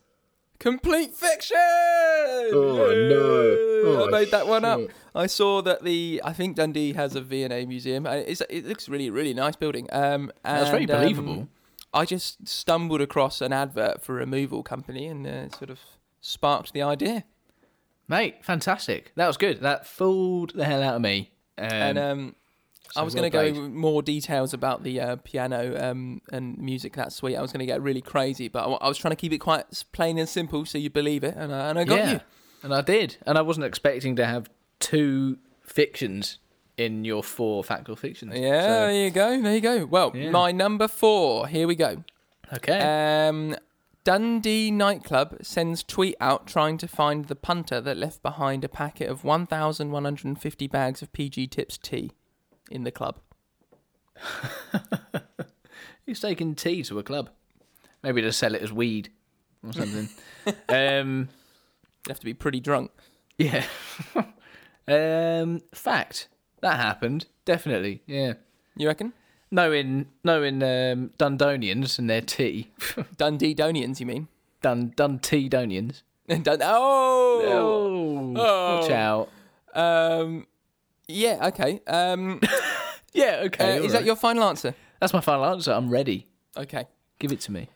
complete fiction. Oh, no. Yay! Oh, I made that one up. shit. I saw that the I think Dundee has a V&A museum. Uh, It's, it looks really really nice building. Um, and, That's very um, believable. I just stumbled across an advert for a removal company and uh, sort of sparked the idea. Mate, fantastic. That was good. That fooled the hell out of me. Um, and um, I so was well going to played. go with more details about the uh, piano um, and music that suite. I was going to get really crazy, but I, wa- I was trying to keep it quite s- plain and simple so you believe it, and I, and I got yeah, you. and I did. And I wasn't expecting to have two fictions in your four factual fictions. Yeah, there you go, there you go. Well, Yeah. my number four. Here we go. So, okay. Um, Dundee nightclub sends tweet out trying to find the punter that left behind a packet of 1,150 bags of PG Tips tea in the club. Who's taking tea to a club? Maybe to sell it as weed or something. um, You have to be pretty drunk. yeah. um, fact that happened definitely. Yeah. You reckon? Knowing knowing um, Dundonians and their tea, Dundee Donians, you mean? Dun Dun Tea Donians. Dun- oh! Oh, watch out. Um, yeah, okay. Um, Yeah, uh, okay. is that your final answer? That's my final answer. I'm ready. Okay. Give it to me.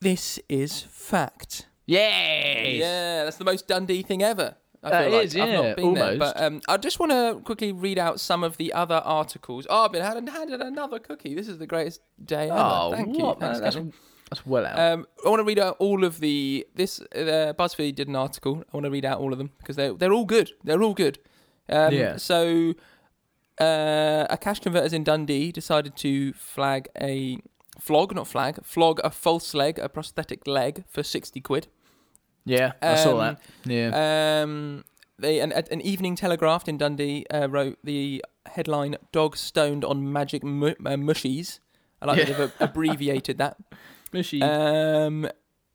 This is fact. Yay! Yeah, that's the most Dundee thing ever. I That feel like. is, I've yeah, not been there, almost. but um, I just want to quickly read out some of the other articles. Oh, I've been handed, handed another cookie. This is the greatest day ever. Oh, Thank what? you. That's, Thanks, that's, Daniel. that's well out. Um, I want to read out all of the this. Uh, BuzzFeed did an article. I want to read out all of them because they're they're all good. They're all good. Um, Yeah. So, uh, a cash converters in Dundee decided to flag a flog, not flag, flog a false leg, a prosthetic leg for sixty quid. yeah, I saw um, that. Yeah. Um, they an, an Evening Telegraph in Dundee uh, wrote the headline "Dog stoned on magic mu- uh, mushies." I like that they've abbreviated that. Mushy. Um,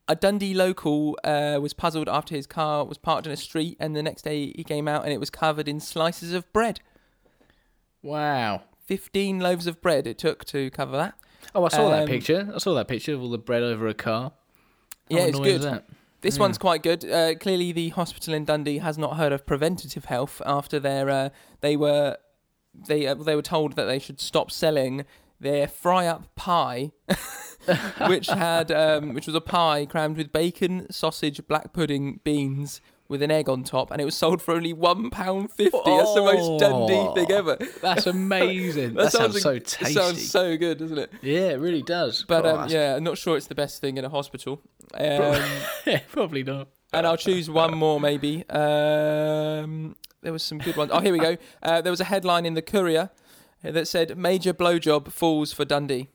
a Dundee local uh, was puzzled after his car was parked in a street, and the next day he came out and it was covered in slices of bread. wow. 15 loaves of bread it took to cover that. Oh, I saw um, that picture. I saw that picture of all the bread over a car. How Yeah, it's annoying good. is that? This one's quite good. Uh, clearly, the hospital in Dundee has not heard of preventative health after their uh, they were they uh, they were told that they should stop selling their fry up pie, which had um, which was a pie crammed with bacon, sausage, black pudding, beans. With an egg on top, and it was sold for only one pound fifty. That's the most Dundee thing ever. That's amazing. that, sounds, so tasty. It sounds so good, doesn't it? yeah, it really does. But Oh, um, that's- yeah, I'm not sure it's the best thing in a hospital. Um, yeah, probably not. and I'll choose one more maybe. Um, there was some good ones. Oh, here we go. Uh, there was a headline in the Courier that said "Major blowjob falls for Dundee."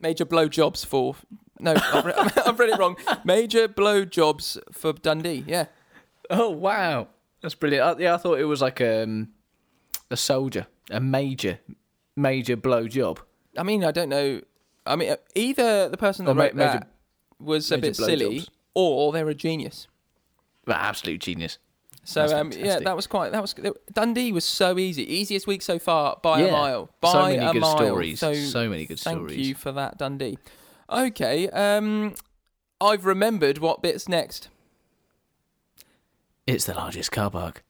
Major blowjobs for no, I've, re- I've read it wrong. Major blowjobs for Dundee. Yeah, Oh wow, that's brilliant. I, yeah, I thought it was like um, a soldier, a major, major blow job. I mean, I don't know. I mean, uh, either the person that Or Oh, ma- wrote major- that was a major bit silly, blowjobs. or they're a genius. Well, absolute genius. So That's um, yeah, fantastic. that was quite that was Dundee was so easy, easiest week so far by a Yeah. mile. By So many a good mile. stories. So, So many good thank stories. you for that, Dundee. Okay, um, I've remembered what bit's next. It's the largest car park.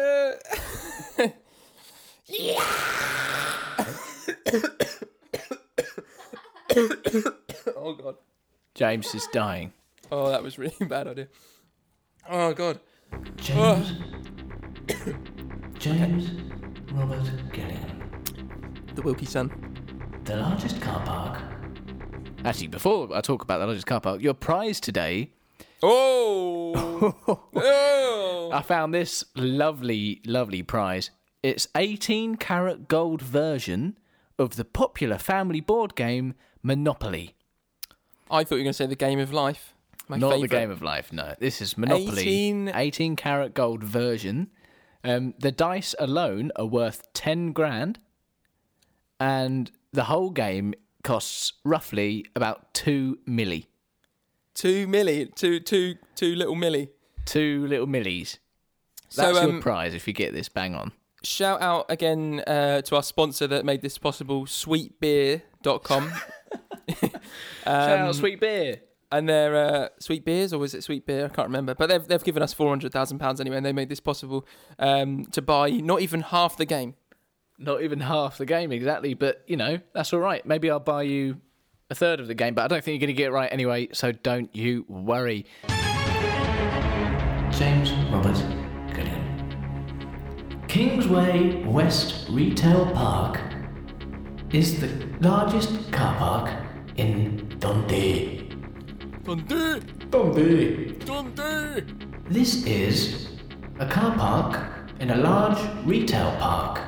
Yeah. oh god. James is dying. Oh, that was really bad idea. Oh god. James. James Robert Gillingham. The Wilkie son. The largest car park. Actually, before I talk about the largest car park, your prize today. Oh. oh. I found this lovely, lovely prize. It's 18 karat gold version of the popular family board game Monopoly. I thought you were going to say the game of life. My Not favourite. the game of life, no. This is Monopoly. 18 18 karat gold version. Um, the dice alone are worth 10 grand. And the whole game costs roughly about 2 milli. Two milli, two two two little milli. 2 little millis. So That's um, your prize if you get this bang on. shout out again uh, to our sponsor that made this possible, sweetbeer.com. um, Shout out Sweet Beer. and their uh, sweet beers, or was it sweet beer? I can't remember. But they've, they've given us £400,000 anyway, and they made this possible um, to buy not even half the game. Not even half the game exactly, but you know, that's all right. Maybe I'll buy you a third of the game, but I don't think you're going to get it right anyway, so don't you worry. James Robert Gillingham. Kingsway West Retail Park is the largest car park in Dundee. Dundee! Dundee. Dundee! This is a car park in a large retail park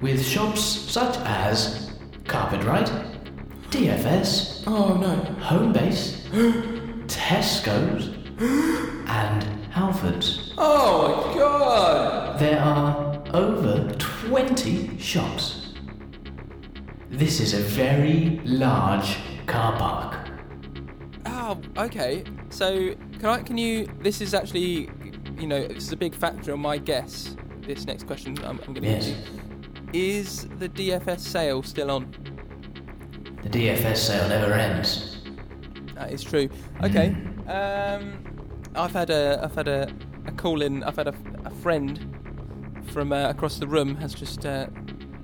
with shops such as Carpetright, DFS, oh no, Homebase, Tesco's, and Halfords. Oh my god! There are over 20 shops. This is a very large car park. Oh, okay. So, can I, can you, this is actually, you know, this is a big factor on my guess. This next question, I'm, I'm going to Yes. Is the DFS sale still on? The DFS sale never ends. That is true. Okay. Um, I've had a I've had a, a call in. I've had a, a friend from uh, across the room has just uh,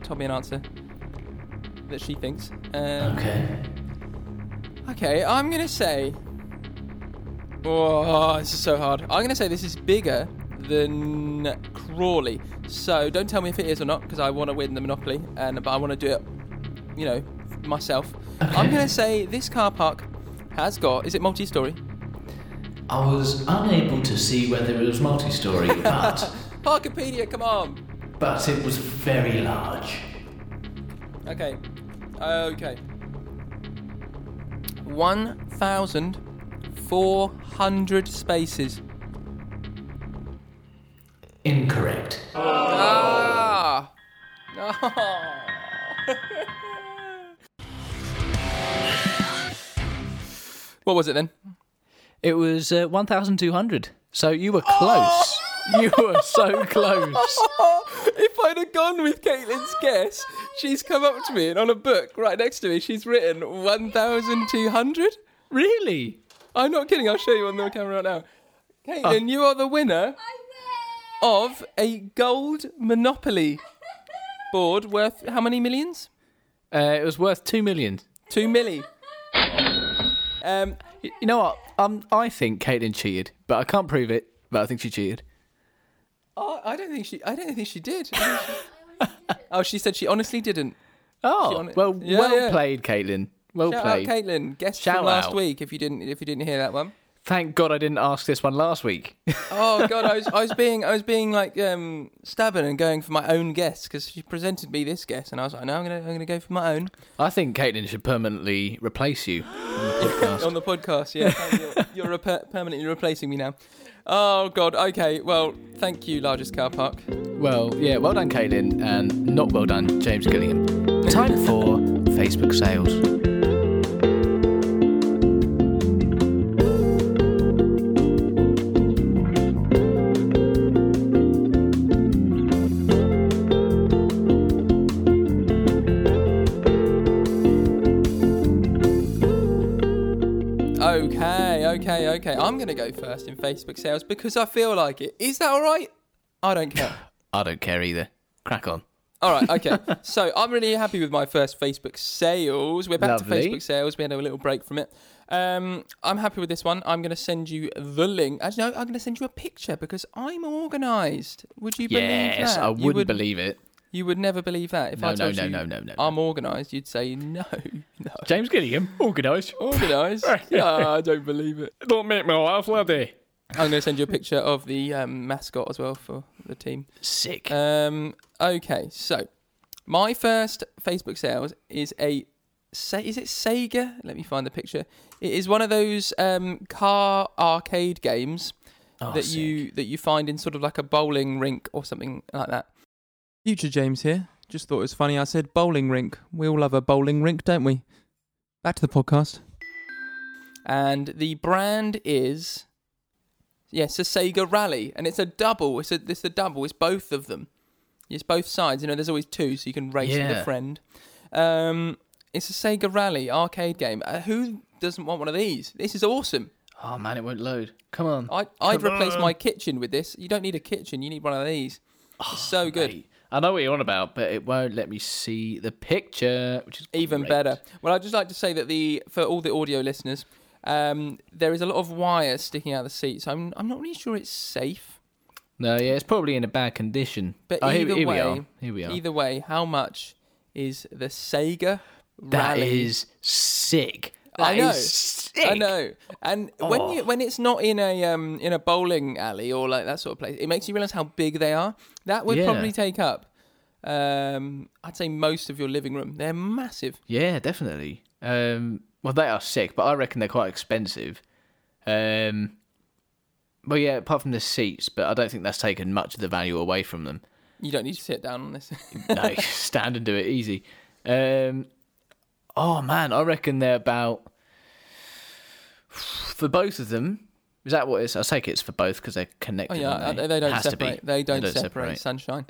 told me an answer that she thinks. Um, Okay. okay, I'm gonna say. Oh, this is so hard. I'm gonna say this is bigger than Crawley. So don't tell me if it is or not, because I want to win the Monopoly, and but I want to do it, you know, myself. I'm gonna say this car park has got. Is it multi-story? I was unable to see whether it was multi-story, but Parkopedia, come on. but it was very large. Okay. Okay. 1,400 spaces. Incorrect. Ah! what was it then? It was uh, 1,200. So you were close. Oh! You were so close. if I'd have gone with Caitlin's guess, she's come up to me and on a book right next to me, she's written 1,200. Really? I'm not kidding. I'll show you on the camera right now. Caitlin, you are the winner of a gold Monopoly board worth how many millions? Uh, it was worth 2 million. Two milli. Um, Y- You know what? Um, I think Caitlin cheated, but I can't prove it. But I think she cheated. I Oh, I don't think she. I don't think she did. oh, she said she honestly didn't. She Oh, on it. well, Yeah, well yeah. played, Caitlin. Well Shout played. out, oh, Caitlin. Guest Shout from last out. week. If you didn't, if you didn't hear that one. Thank God I didn't ask this one last week. Oh God, I was, I was being, I was being like um, stubborn and going for my own guess because she presented me this guess, and I was like, no, I'm gonna, I'm gonna go for my own. I think Caitlin should permanently replace you. on the podcast. Yeah, you're, you're repa- permanently replacing me now. Oh God. Okay. Well, thank you, largest car park. Well, yeah, well done, Caitlin, and not well done, James Gillingham. Time for Facebook sales. Okay. Okay. Okay. I'm gonna go first in Facebook sales because I feel like it. Is that all right? I don't care. I don't care either. Crack on. All right, okay. so I'm really happy with my first Facebook sales. We're back Lovely. to Facebook sales. We had a little break from it. Um, I'm happy with this one. I'm going to send you the link. Actually, no, I'm going to send you a picture because I'm organised. Would you believe Yes, that? I You wouldn't believe it. You would never believe that. If No, I no, told no, you Oh, no, no, no, no. I'm organised, you'd say no, no. James Gillingham, organised. Organised? Ah, I don't believe it. Don't make me laugh, laddie. I'm going to send you a picture of the um, mascot as well for the team. Sick. Um, okay, so my first Facebook sales is a say is it Sega? Let me find the picture. It is one of those um, car arcade games Oh, that sick. you that you find in sort of like a bowling rink or something like that. Future James here. Just thought it was funny. I said bowling rink. We all love a bowling rink, don't we? Back to the podcast. And the brand is yes, a Sega Rally, and it's a double. It's a it's a double. It's both of them. It's both sides. You know, there's always two, so you can race with Yeah. a friend. Um, it's a Sega Rally arcade game. Uh, who doesn't want one of these? This is awesome. oh, man, it won't load. Come on. I, I'd replace my kitchen with this. You don't need a kitchen. You need one of these. It's so good. Oh, Mate, I know what you're on about, but it won't let me see the picture, which is Even great. better. Well, I'd just like to say that the for all the audio listeners, um, there is a lot of wire sticking out of the seat, so I'm, I'm not really sure it's safe. No, yeah, it's probably in a bad condition. But Oh, here, either here way, we are. Here we are. Either way, how much is the Sega That Rally? is sick. I That is know. sick. I know. And when you, when it's not in a um in a bowling alley or like that sort of place, it makes you realize how big they are. That would Yeah. probably take up um I'd say most of your living room. They're massive. Yeah, definitely. Um, well, they are sick, but I reckon they're quite expensive. Um, well, yeah, apart from the seats, but I don't think that's taken much of the value away from them. You don't need to sit down on this. no, stand and do it easy. Um, oh man, I reckon they're about for both of them. Is that what it's? I take it's for both because they're oh connected. yeah, aren't they, they don't Has to be. separate. They don't, separate, sunshine.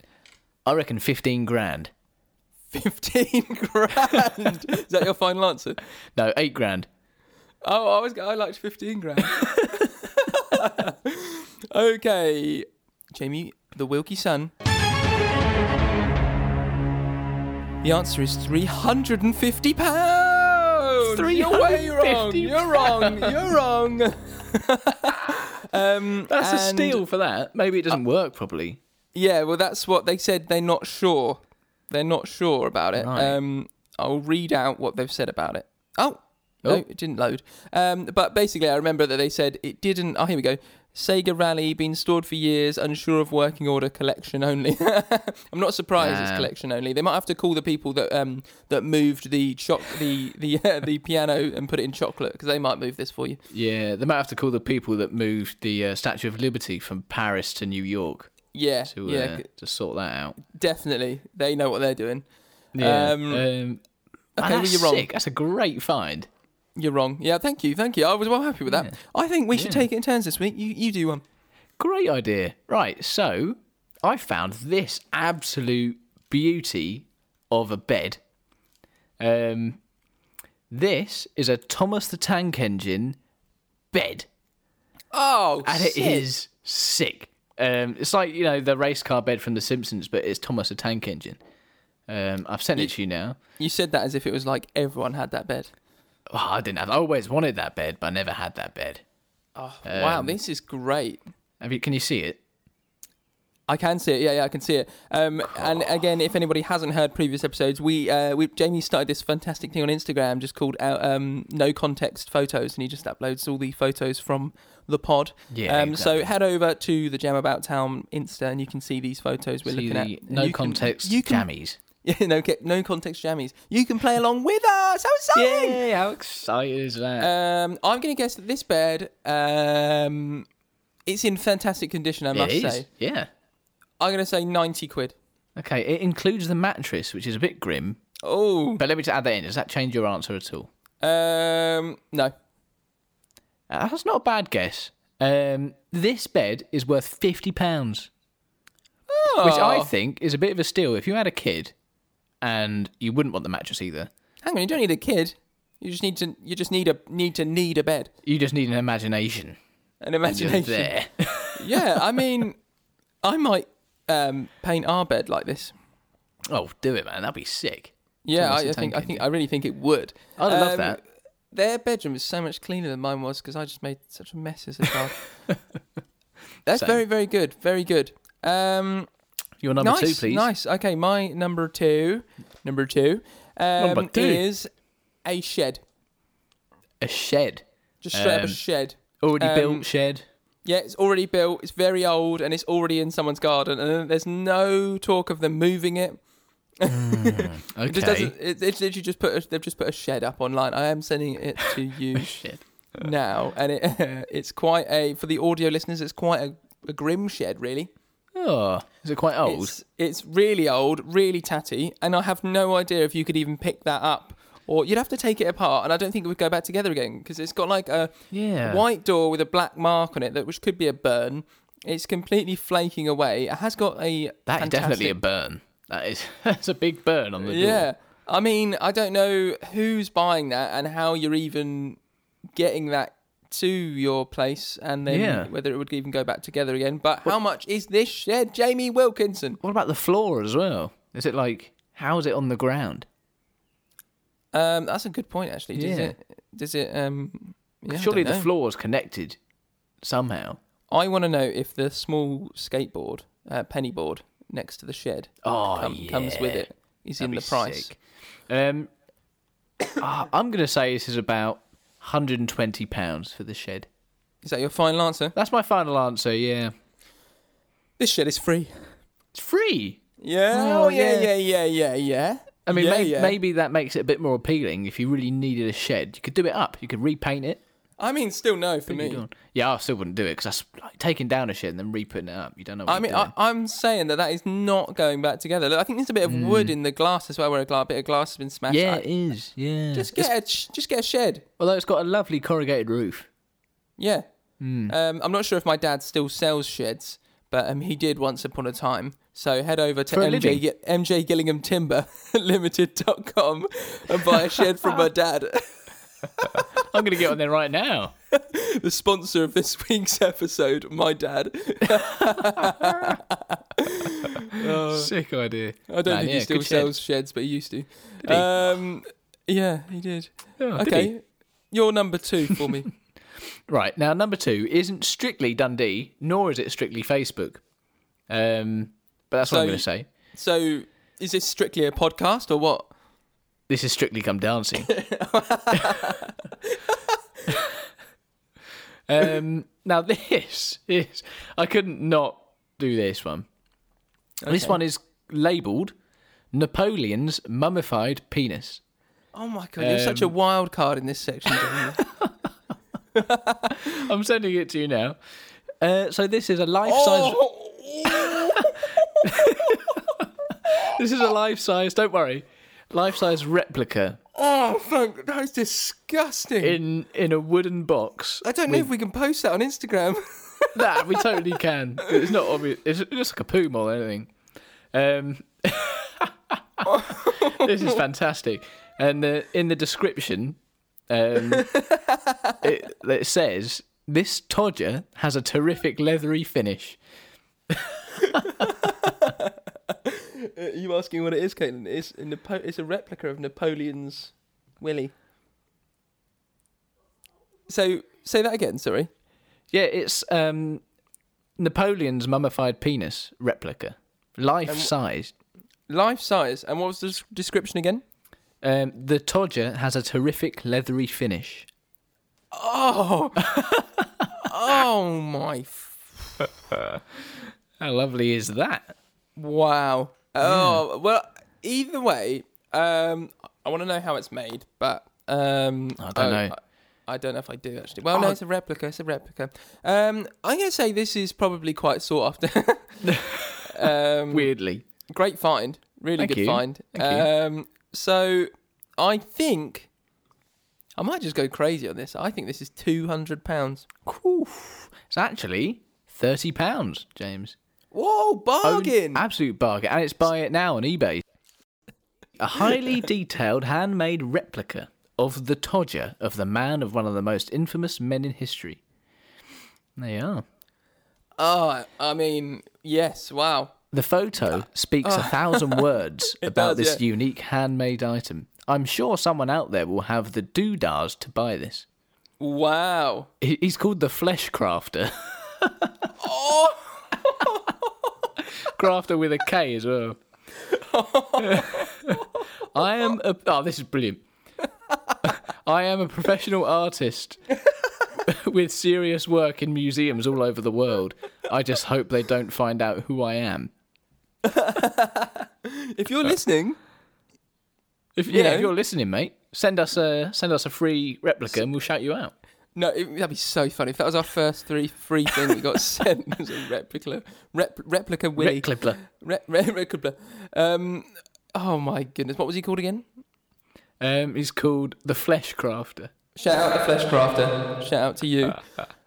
I reckon fifteen grand. Fifteen grand. Is that your final answer? No, eight grand. Oh, I was. I liked fifteen grand. okay, Jamie, the Wilkie son. The answer is three hundred and fifty pounds. You're way wrong. 350 You're wrong. You're wrong. um, That's a and- steal for that. Uh, Maybe it doesn't work properly. Yeah, well, that's what they said. They're not sure. They're not sure about it. Right. Um, I'll read out what they've said about it. Oh, no, Oh. it didn't load. Um, but basically, I remember that they said it didn't. Oh, here we go. Sega Rally been stored for years, unsure of working order, collection only. I'm not surprised it's Ah. collection only. They might have to call the people that um that moved the choc the the uh, the piano and put it in chocolate because they might move this for you. Yeah, they might have to call the people that moved the uh, Statue of Liberty from Paris to New York Yeah, to uh, yeah, c- to sort that out. definitely. They know what they're doing. Um, Um, okay, okay, well, that's you're wrong. sick. That's a great find. You're wrong. Yeah, thank you, thank you. I was well happy with that. I think we should Yeah. take it in turns this week. You you do one. Great idea. Right, so I found this absolute beauty of a bed. Um, this is a Thomas the Tank Engine bed, Oh, and it is sick. Um, it's like you know the race car bed from The Simpsons, but it's Thomas the Tank Engine. Um, I've sent it to you now. You said that as if it was like everyone had that bed. Oh, I didn't have. I always wanted that bed, but I never had that bed. Oh, Um, wow, this is great. Have you? Can you see it? I can see it. Yeah, yeah, I can see it. Um, and again, if anybody hasn't heard previous episodes, we uh, we Jamie started this fantastic thing on Instagram just called uh, um, No Context Photos, and he just uploads all the photos from the pod. Yeah, Um, exactly. So head over to the Jam About Town Insta, and you can see these photos we're See looking the at. no You can- context you can jammies. Yeah, no, ca- no context jammies. You can play along with us. How exciting! how excited is that? Um, I'm going to guess that this bed, um, it's in fantastic condition. I must It is. say. Yeah. I'm going to say 90 quid. Okay, it includes the mattress, which is a bit grim. Oh, But let me just add that in. Does that change your answer at all? um, no. Uh, That's not a bad guess. Um, this bed is worth fifty pounds, which I Oh. think is a bit of a steal. If you had a kid, and you wouldn't want the mattress either, Hang on, you don't need a kid. You just need to. You just need a need to need a bed, you just need an imagination. an You're imagination. there. Yeah, I mean, I might um, paint our bed like this. oh, do it, man. That'd be sick. Yeah, Thomas I, the I think I Tank think I really think it would. I'd Um, love that. Their bedroom is so much cleaner than mine was because I just made such a mess as a child. That's Same. very very good, very good. Um, Your number nice, two, please. nice. Okay, my number two, number two, um, Number two. is a shed, A shed, just straight up a Um, shed. already Um, built shed. Yeah, it's already built. It's very old, and it's already in someone's garden. And there's no talk of them moving it. Okay. It just doesn't. It, it's literally just put. A, they've just put a shed up online. I am sending it to you Shed. now, and it it's quite a for the audio listeners. It's quite a, a grim shed, really. Oh, is it quite old? It's, it's really old, really tatty, and I have no idea if you could even pick that up. Or you'd have to take it apart, and I don't think it would go back together again because it's got like a Yeah. white door with a black mark on it, that which could be a burn. It's completely flaking away. It has got a That is definitely a fantastic- burn. That is that's a big burn on the door. yeah. I mean, I don't know who's buying that and how you're even getting that to your place, and then Yeah. whether it would even go back together again. But how much is this shed, Jamie Wilkinson? What about the floor as well? Is it like how is it on the ground? Um, that's a good point, actually. Does Yeah. it? Does it? Um, yeah, I Surely don't the know. floor is connected somehow. I want to know if the small skateboard, uh, penny board next to the shed, Oh, comes with yeah. it. Is That'd in be the price. sick. Um, ah, I'm going to say this is about 120 pounds for the shed. Is that your final answer? That's my final answer. Yeah, This shed is free. it's free. Yeah. Oh, Oh, yeah, yeah. yeah, yeah, yeah, yeah. I mean, yeah, may- yeah. maybe that makes it a bit more appealing. If you really needed a shed, you could do it up. You could repaint it. I mean, still no for You're me. done. Yeah, I still wouldn't do it because that's like taking down a shed and then re-putting it up. You don't know. What I you're mean, doing. I, I'm saying that that is not going back together. Look, I think there's a bit of wood in the glass as well, where a gla- bit of glass has been smashed. Mm. yeah, I- it is. Yeah. just get a sh- just get a shed. Although it's got a lovely corrugated roof. Mm. Yeah. Um, I'm not sure if my dad still sells sheds, but um, he did once upon a time. So head over to For a MJ, living? Gi- MJ Gillingham Timber Limited.com and buy a shed from my dad, I'm going to get on there right now. the sponsor of this week's episode, my dad. Sick idea. Uh, I don't Man, think yeah, he still good shed. sells sheds, but he used to. he? Um, yeah, he did. Oh, did okay, he? you're number two for me. Right now, number two isn't strictly Dundee, nor is it strictly Facebook. Um, but that's what So- I'm going to say. so, is this strictly a podcast or what? This is strictly come dancing. um, now this is I couldn't not do this one. This one is labelled Napoleon's mummified penis. Oh my god, you're such a wild card in this section. Jamie. I'm sending it to you now. Uh, so this is a life-size. oh, This is a life-size. Don't worry, life-size replica oh, fuck, that is disgusting. in in a wooden box. I don't know if we can post that on Instagram. Nah, we totally can. It's not obvious. It's just like a poo more than anything. Um, this is fantastic. And uh, in the description, um, it, it says this Todger has a terrific leathery finish. Uh, Are you asking what it is, Caitlin? It's a, Napo- it's a replica of Napoleon's Willie. So, say that again, sorry. Yeah, it's um, Napoleon's mummified penis replica, Um, life sized. Life size. And what was the des- description again? Um, the Todger has a terrific leathery finish. Oh! oh my. F- How lovely is that? wow. Oh, well, either way, um, I want to know how it's made, but. Um, I don't know. Oh. I don't know if I do actually. Well, no, it's a replica. It's a replica. Um, I'm going to say this is probably quite sought after. um, Weirdly. great find, really Thank good you. find. Thank um, So I think I might just go crazy on this. I think this is two hundred pounds. Oof. It's actually thirty pounds, James. Whoa, Own- bargain! absolute bargain, and it's buy it now on eBay. A highly detailed handmade replica of the Todger of the man of one of the most infamous men in history. There you are. Ah, I mean, yes. Wow. The photo speaks a thousand words about Oh. does, this yeah. unique handmade item. I'm sure someone out there will have the doodars to buy this. Wow. He- He's called the Flesh Crafter. Crafter with a K as well. I am a. Oh, this is brilliant. I am a professional artist with serious work in museums all over the world. I just hope they don't find out who I am. If you're listening, If, yeah, know. if you're listening, mate, send us a send us a free replica and we'll shout you out. no, it, that'd be so funny if that was our first three free thing we got sent as a replica, rep, replica Willy, Clipper. Re- re- replica. Um, oh my goodness, what was he called again? Um, he's called the Flesh Crafter. Shout out to Fleshcrafter. Shout out to you.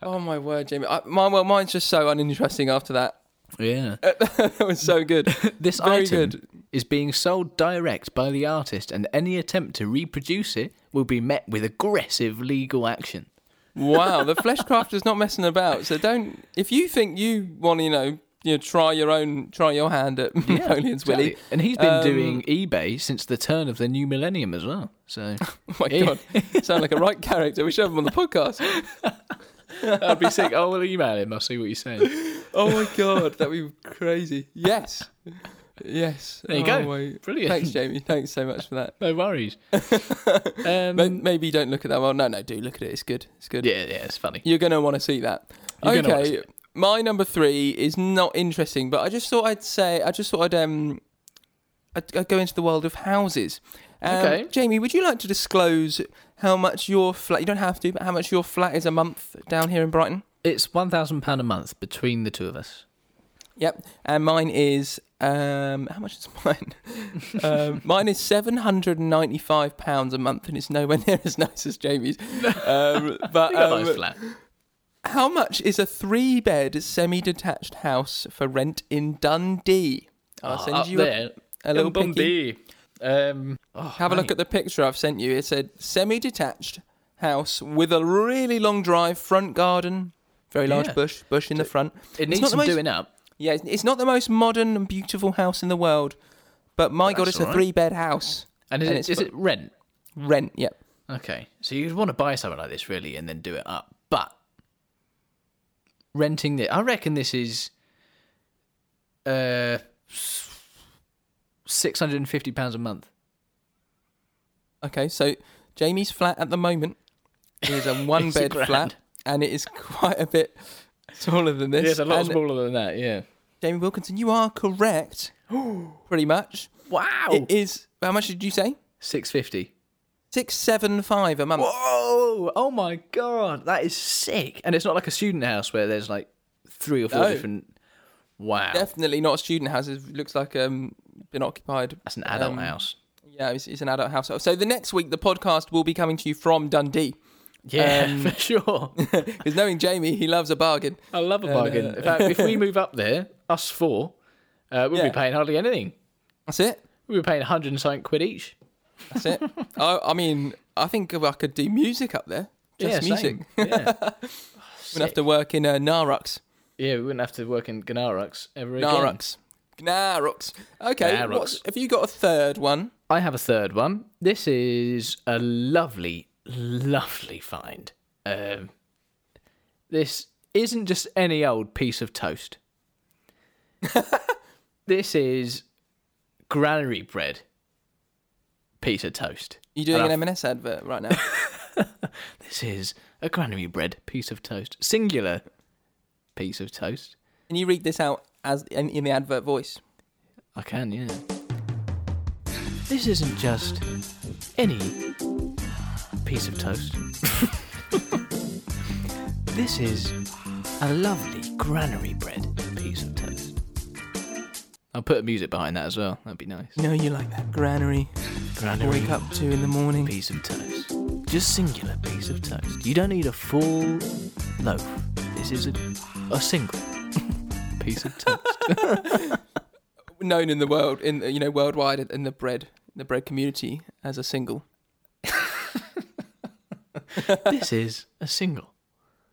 oh my word, Jamie. I, my, well, mine's just so uninteresting after that. Yeah. that was so good. This Very item good. is being sold direct by the artist, and any attempt to reproduce it will be met with aggressive legal action. Wow, the Fleshcrafter's not messing about. So don't. If you think you want, to, you know, you know, try your own, try your hand at Napoleon's Willie. Exactly. And he's been Um, doing eBay since the turn of the new millennium as well. So Oh my god, sound like a right character. We should have him on the podcast. that'd be sick. I will email him. I'll see what he's saying. Oh my god, that would be crazy. Yes, yes. There you Oh go. my- Brilliant. Thanks, Jamie. Thanks so much for that. No worries. Um, May- Maybe don't look at that one. No, no, do look at it. It's good. It's good. yeah, yeah, it's funny. You're going to want to see that. You're gonna wanna see okay, my number three is not interesting, but I just thought I'd say I just thought I'd um, I'd, I'd go into the world of houses. Um, Okay. Jamie, would you like to disclose how much your flat? You don't have to, but how much your flat is a month down here in Brighton? It's one thousand pound a month between the two of us. Yep, and mine is um, how much is mine? um, mine is seven hundred and ninety-five pounds a month, and it's nowhere near as nice as Jamie's. Um, but We got a um, nice flat. How much is a three bed semi detached house for rent in Dundee? I'll send Ah, up you a- there. a, little In picky. Dundee. Um, Have a look at the picture I've sent you. It said semi detached house with a really long drive, front garden, very large Yeah. bush, bush in the front. It It's needs not the some most- doing up. Yeah, it's- it's not the most modern and beautiful house in the world, but my god, that's it's all a right. three bed house. And is, And it, it's is fu- it rent? Rent, yep. Okay. So you'd want to buy something like this, really, and then do it up. But renting it, I reckon this is uh, £650 a month. Okay, so Jamie's flat at the moment is a one It's a bed grand. flat, and it is quite a bit taller than this. and smaller than that, yeah. Jamie Wilkinson, you are correct, pretty much. Wow. It is. How much did you say? 650 Six seven five a month. Whoa! Oh my god, that is sick. And it's not like a student house where there's like three or four No. different. Wow, Definitely not a student house. It looks like um been occupied. that's an adult um, house. Yeah, it's, it's an adult house. So the next week, the podcast will be coming to you from Dundee. Yeah, um, for sure. Because knowing Jamie, he loves a bargain. I love a bargain. In fact, if we move up there, us four, uh, we'll Yeah. be paying hardly anything. That's it. We'll be paying hundred and something quid each. That's it. I, I mean, I think I could do music up there. Just yeah, music. same. Yeah. We'd have to work in uh, Narux. yeah, we wouldn't have to work in Ganarux ever again. Narux. Narux. Okay. Narux. What's, have you got a third one? I have a third one. This is a lovely, lovely find. Um, this isn't just any old piece of toast. this is granary bread piece of toast. You're doing And I- an M&S advert right now. This is a granary bread piece of toast. Singular piece of toast. Can you read this out as in, in the advert voice? I can, yeah. This isn't just any piece of toast. this is a lovely granary bread piece of toast. I'll put music behind that as well. That'd be nice. No, you like that granary. Granary Wake up to in the morning. piece of toast. Just singular piece of toast. You don't need a full loaf. This is a, a single piece of toast. Known in the world, in the- you know, worldwide in the bread, the bread community as a single. this is a single.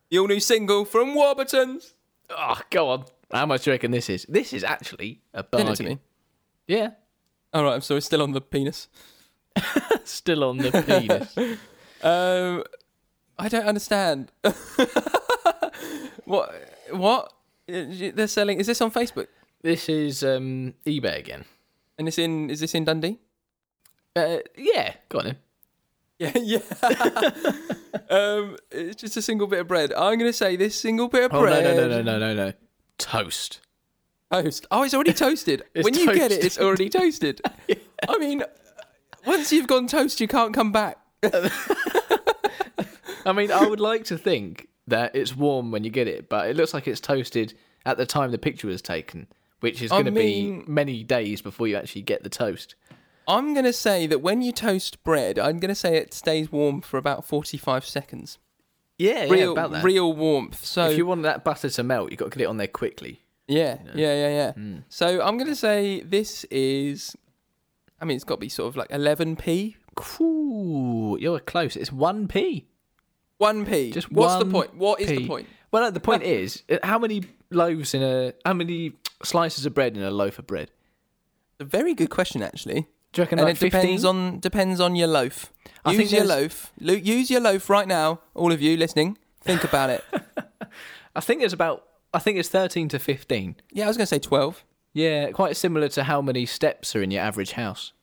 The all new single from Warburton's. Oh, go on. How much do you reckon this is? This is actually a Send it to bargain. me. Yeah. All right, I'm sorry, still on the penis. Still on the penis. Um, I don't understand. what? What? They're selling. Is this on Facebook? this is um, eBay again. And it's in. Is this in Dundee? Uh, yeah. Go on then. Yeah, yeah. um, it's just a single bit of bread. I'm gonna say this single bit of Oh, no, bread. no, no, no, no, no, no. Toast. Toast. Oh, it's already toasted. It's when you get it, it's toasted. already toasted. I mean, once you've gone toast, you can't come back. I mean, I would like to think that it's warm when you get it, but it looks like it's toasted at the time the picture was taken, which is I going to mean- be many days before you actually get the toast. I'm gonna say that when you toast bread, I'm gonna say it stays warm for about 45 seconds. Yeah, Real, yeah, about that. real warmth. So if you want that butter to melt, you've got to get it on there quickly. Yeah, yeah, yeah, yeah. Hmm. So I'm gonna say this is, I mean, it's got to be sort of like 11p, Cool. You're close. It's 1p. 1p. Just what's the one point? What is the p. point? Well, no, the point is, uh, how many loaves in a, how many slices of bread in a loaf of bread? A very good question, actually. Do you reckon And like it depends 15? on depends on your loaf. I use think your there's- loaf. Lo- use your loaf right now, all of you listening. Think about it. I think it's about. I think it's thirteen to fifteen. yeah, I was gonna say 12. Yeah, quite similar to how many steps are in your average house.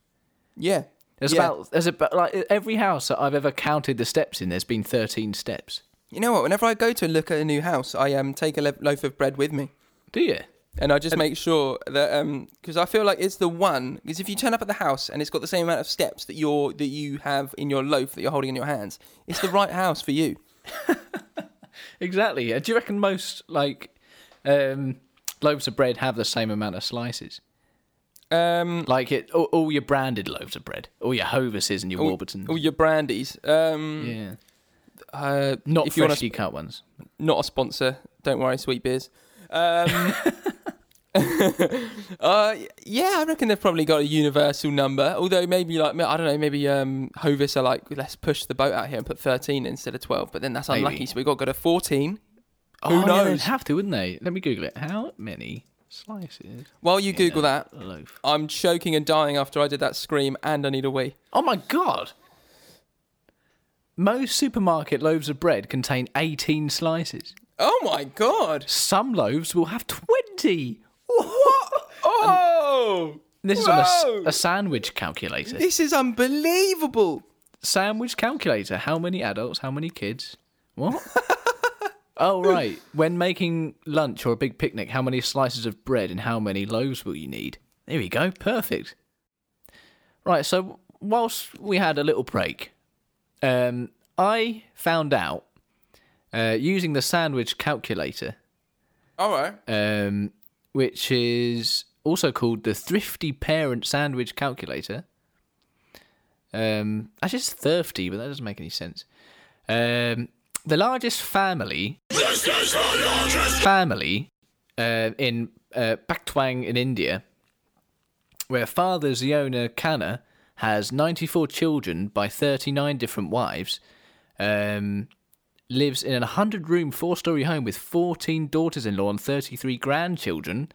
Yeah, There's yeah. about there's about like every house that I've ever counted the steps in. There's been thirteen steps. You know what? Whenever I go to look at a new house, I um take a le- loaf of bread with me. Do you? And I just make sure that um because I feel like it's the one because if you turn up at the house and it's got the same amount of steps that you're that you have in your loaf that you're holding in your hands, it's the right house for you. Exactly. Uh, Do you reckon most like um, loaves of bread have the same amount of slices? Um, Like it, all, all your branded loaves of bread, all your Hovises and your Warburtons. all your brandies. Um, Mm. yeah. Uh, Not if you want freshly to, cut ones. not a sponsor. Don't worry, sweet beers. Um, uh, yeah, I reckon they've probably got a universal number. Although maybe like I don't know, maybe um, Hovis are like, let's push the boat out here and put thirteen instead of twelve. But then that's Maybe. unlucky, so we got to go to fourteen. oh, Who Yeah, they'd knows? have to, wouldn't they? Let me Google it. How many slices? While you Google in a that, Loaf. I'm choking and dying after I did that scream, and I need a wee. Oh my god. Most supermarket loaves of bread contain 18 slices. Oh my god! Some loaves will have 20. What? Oh, This is on a s- Whoa! a, sandwich calculator. this is unbelievable. Sandwich calculator. How many adults? How many kids? What? oh, right. When making lunch or a big picnic, how many slices of bread and how many loaves will you need? There we go. Perfect. Right. So, whilst we had a little break, um, I found out uh, using the sandwich calculator All right. um, which is also called the Thrifty Parent Sandwich Calculator. Um, actually, it's thrifty, but that doesn't make any sense. Um, the largest family, family uh, in uh, Baktwang in India, where father Ziona Kana has 94 children by 39 different wives. Um, lives in a 100 room, four story home with 14 daughters in law and 33 grandchildren.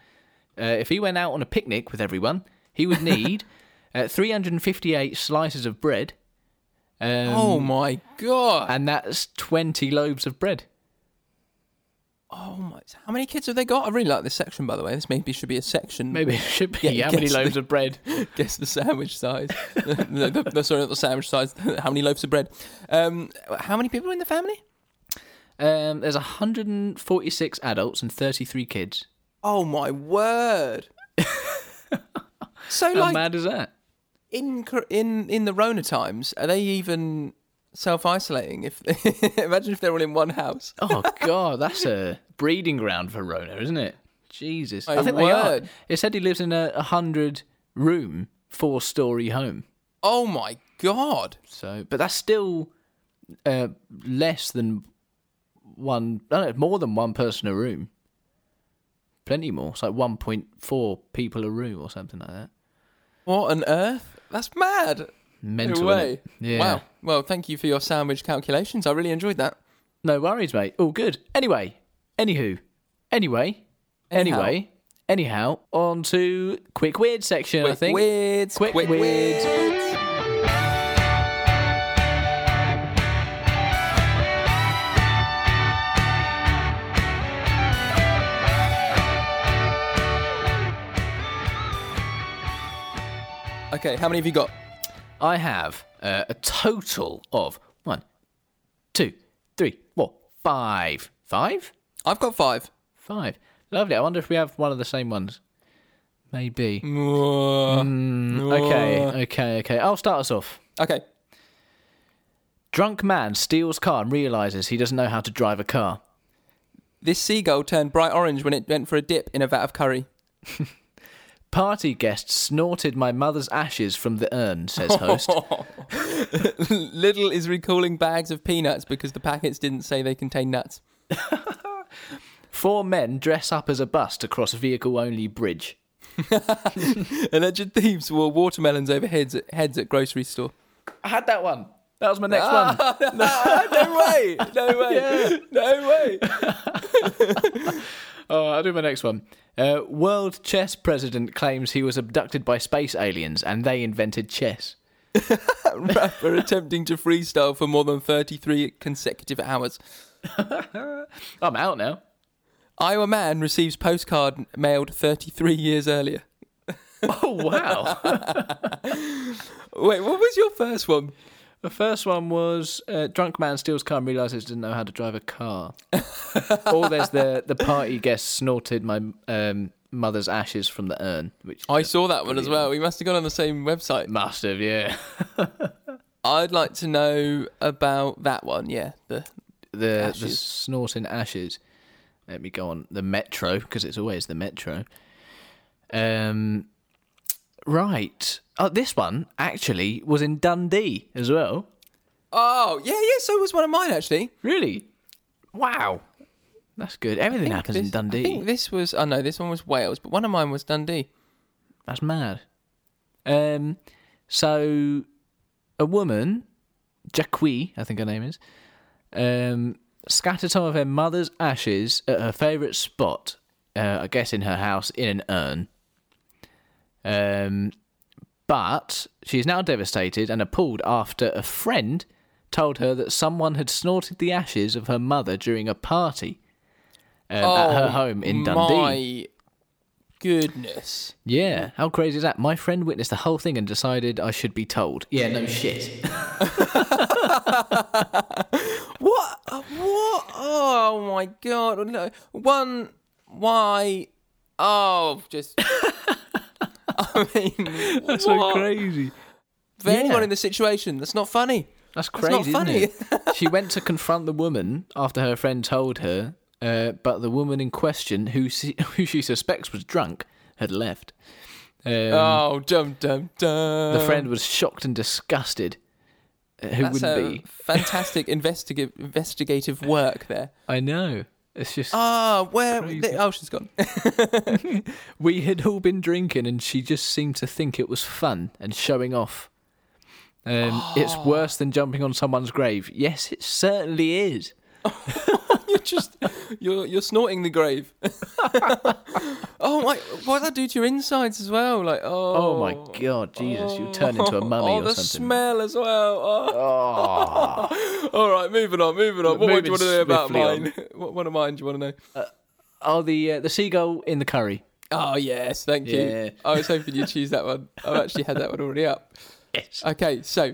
Uh, if he went out on a picnic with everyone, he would need uh, 358 slices of bread. Um, oh my god. And that's 20 loaves of bread. Oh my! How many kids have they got? I really like this section, by the way. This maybe should be a section. Maybe it should be. Yeah, how many guess the- loaves of bread? guess the sandwich size. no, the, the, sorry, not the sandwich size. how many loaves of bread? Um, how many people are in the family? Um, there's 146 adults and 33 kids. Oh my word! so How like mad is that? in cor- in in the Rona times, are they even self isolating? If imagine if they're all in one house. Oh god, that's a breeding ground for Rona, isn't it? Jesus, My I think they are. word. It said he lives in a a hundred room, four story home. Oh my god! So, but that's still uh, less than one. I don't know, more than one person a room. Plenty more. It's like one point four people a room or something like that. What on earth? That's mad. Mental. no innit? way. Yeah. Wow. Well, thank you for your sandwich calculations. I really enjoyed that. No worries, mate. All good. Anyway, anywho, anyway, anyway, anyhow, on to quick weird section. I Quick think Weirds. Quick weirds. Okay, how many have you got? I have uh, a total of one, two, three, four, five, five, I've got five. five. Lovely. I wonder if we have one of the same ones. Maybe. Mm. Mm, Okay. Okay. Okay. I'll start us off. Okay. Drunk man steals car and realizes he doesn't know how to drive a car. This seagull turned bright orange when it went for a dip in a vat of curry. Party guest snorted my mother's ashes from the urn, says host. Little is recalling bags of peanuts because the packets didn't say they contain nuts. Four men dress up as a bus to cross vehicle only bridge. Alleged thieves wore watermelons over heads at, heads at grocery store. I had that one. That was my next one. no way! No way! No way! Oh, I'll do my next one. Uh, World chess president claims he was abducted by space aliens and they invented chess. Rapper attempting to freestyle for more than 33 consecutive hours. I'm out now. Iowa man receives postcard mailed 33 years earlier. Oh, wow. Wait, what was your first one? the first one was uh, drunk man steals car and realizes he doesn't know how to drive a car. or there's the, the party guest snorted my um, mother's ashes from the urn, which I saw that one as well. We must have gone on the same website. must have, yeah. I'd like to know about that one. Yeah, the the, the Ashes. snorting ashes. Let me go on the metro because it's always the metro. Um, right. Oh, this one actually was in Dundee as well. Oh, yeah, yeah. So was one of mine actually. Really? Wow. That's good. Everything happens in This- I Dundee. think this was. I know this one was Wales, but one of mine was Dundee. That's mad. Um, so a woman, Jacqui, I think her name is, um, scattered some of her mother's ashes at her favourite spot. Uh, I guess in her house in an urn. Um, but she is now devastated and appalled after a friend told her that someone had snorted the ashes of her mother during a party um, at her home in Dundee. Oh My goodness. Yeah, how crazy is that? My friend witnessed the whole thing and decided I should be told. Yeah, no shit. What? Uh, What? Oh my god! No. One. Why? Oh, just. I mean, that's what? crazy. For anyone Yeah. in the situation, that's not funny. That's not crazy. isn't it? she went to confront the woman after her friend told her, uh, but the woman in question, who she, who she suspects was drunk, had left. Um, oh, dum dum dum. the friend was shocked and disgusted. Uh, Who Um. That's wouldn't a be? fantastic investigative investigative work there. I know. It's just Ah, where? oh, she's gone. we had all been drinking, and she just seemed to think it was fun and showing off. Um, It's worse than jumping on someone's grave. Yes, it certainly is. you're just you're you're snorting the grave. oh my! What does that do to your insides as well? Like oh. Oh, my god, Jesus, you turn into a mummy Oh, or the something. Ah. smell as well. Oh. All right, moving on, moving on. What one do you want to Moving know about swiftly on. mine? What one of mine do you want to know? oh, the uh, the seagull in the curry. Oh yes, thank Yeah. you. I was hoping you'd choose that one. I've actually had that one already up. Yes. Okay, so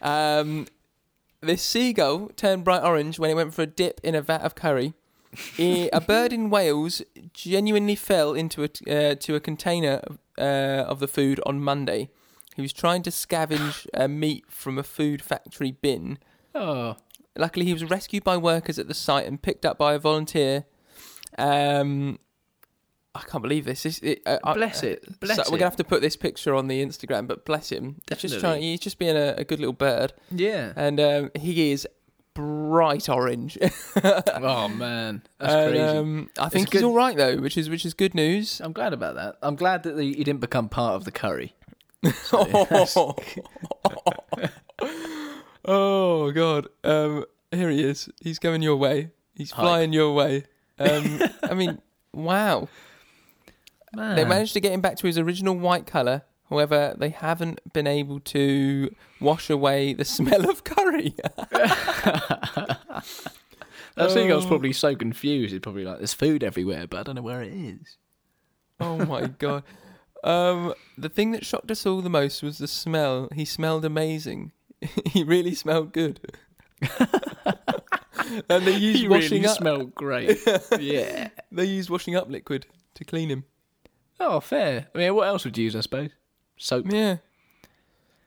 um, this seagull turned bright orange when it went for a dip in a vat of curry. Eh, a bird in Wales genuinely fell into a t- uh, to a container uh, of the food on Monday. He was trying to scavenge uh, meat from a food factory bin. Oh, Luckily, he was rescued by workers at the site and picked up by a volunteer. Um, I can't believe this. this it, uh, I- bless it, bless so it. we're gonna have to put this picture on the Instagram, but bless him. He's just trying. Definitely. He's just being a, a good little bird, yeah. and um, he is bright orange. Oh man, that's And, crazy. um, I think a he's good- all right though, which is which is good news. I'm glad about that. I'm glad that the, you didn't become part of the curry. oh, god! Um, here he is. He's going your way. He's flying your way. Um, I mean, wow. Man, They managed to get him back to his original white colour. However, they haven't been able to wash away the smell of curry. that seagull's probably so confused. It's probably like there's food everywhere, but I don't know where it is. oh my god. Um, the thing that shocked us all the most was the smell. He smelled amazing. he really smelled good. and they used You washing really up. smell great. yeah. they used washing up liquid to clean him. Oh, fair. I mean, what else would you use? I suppose soap. Yeah.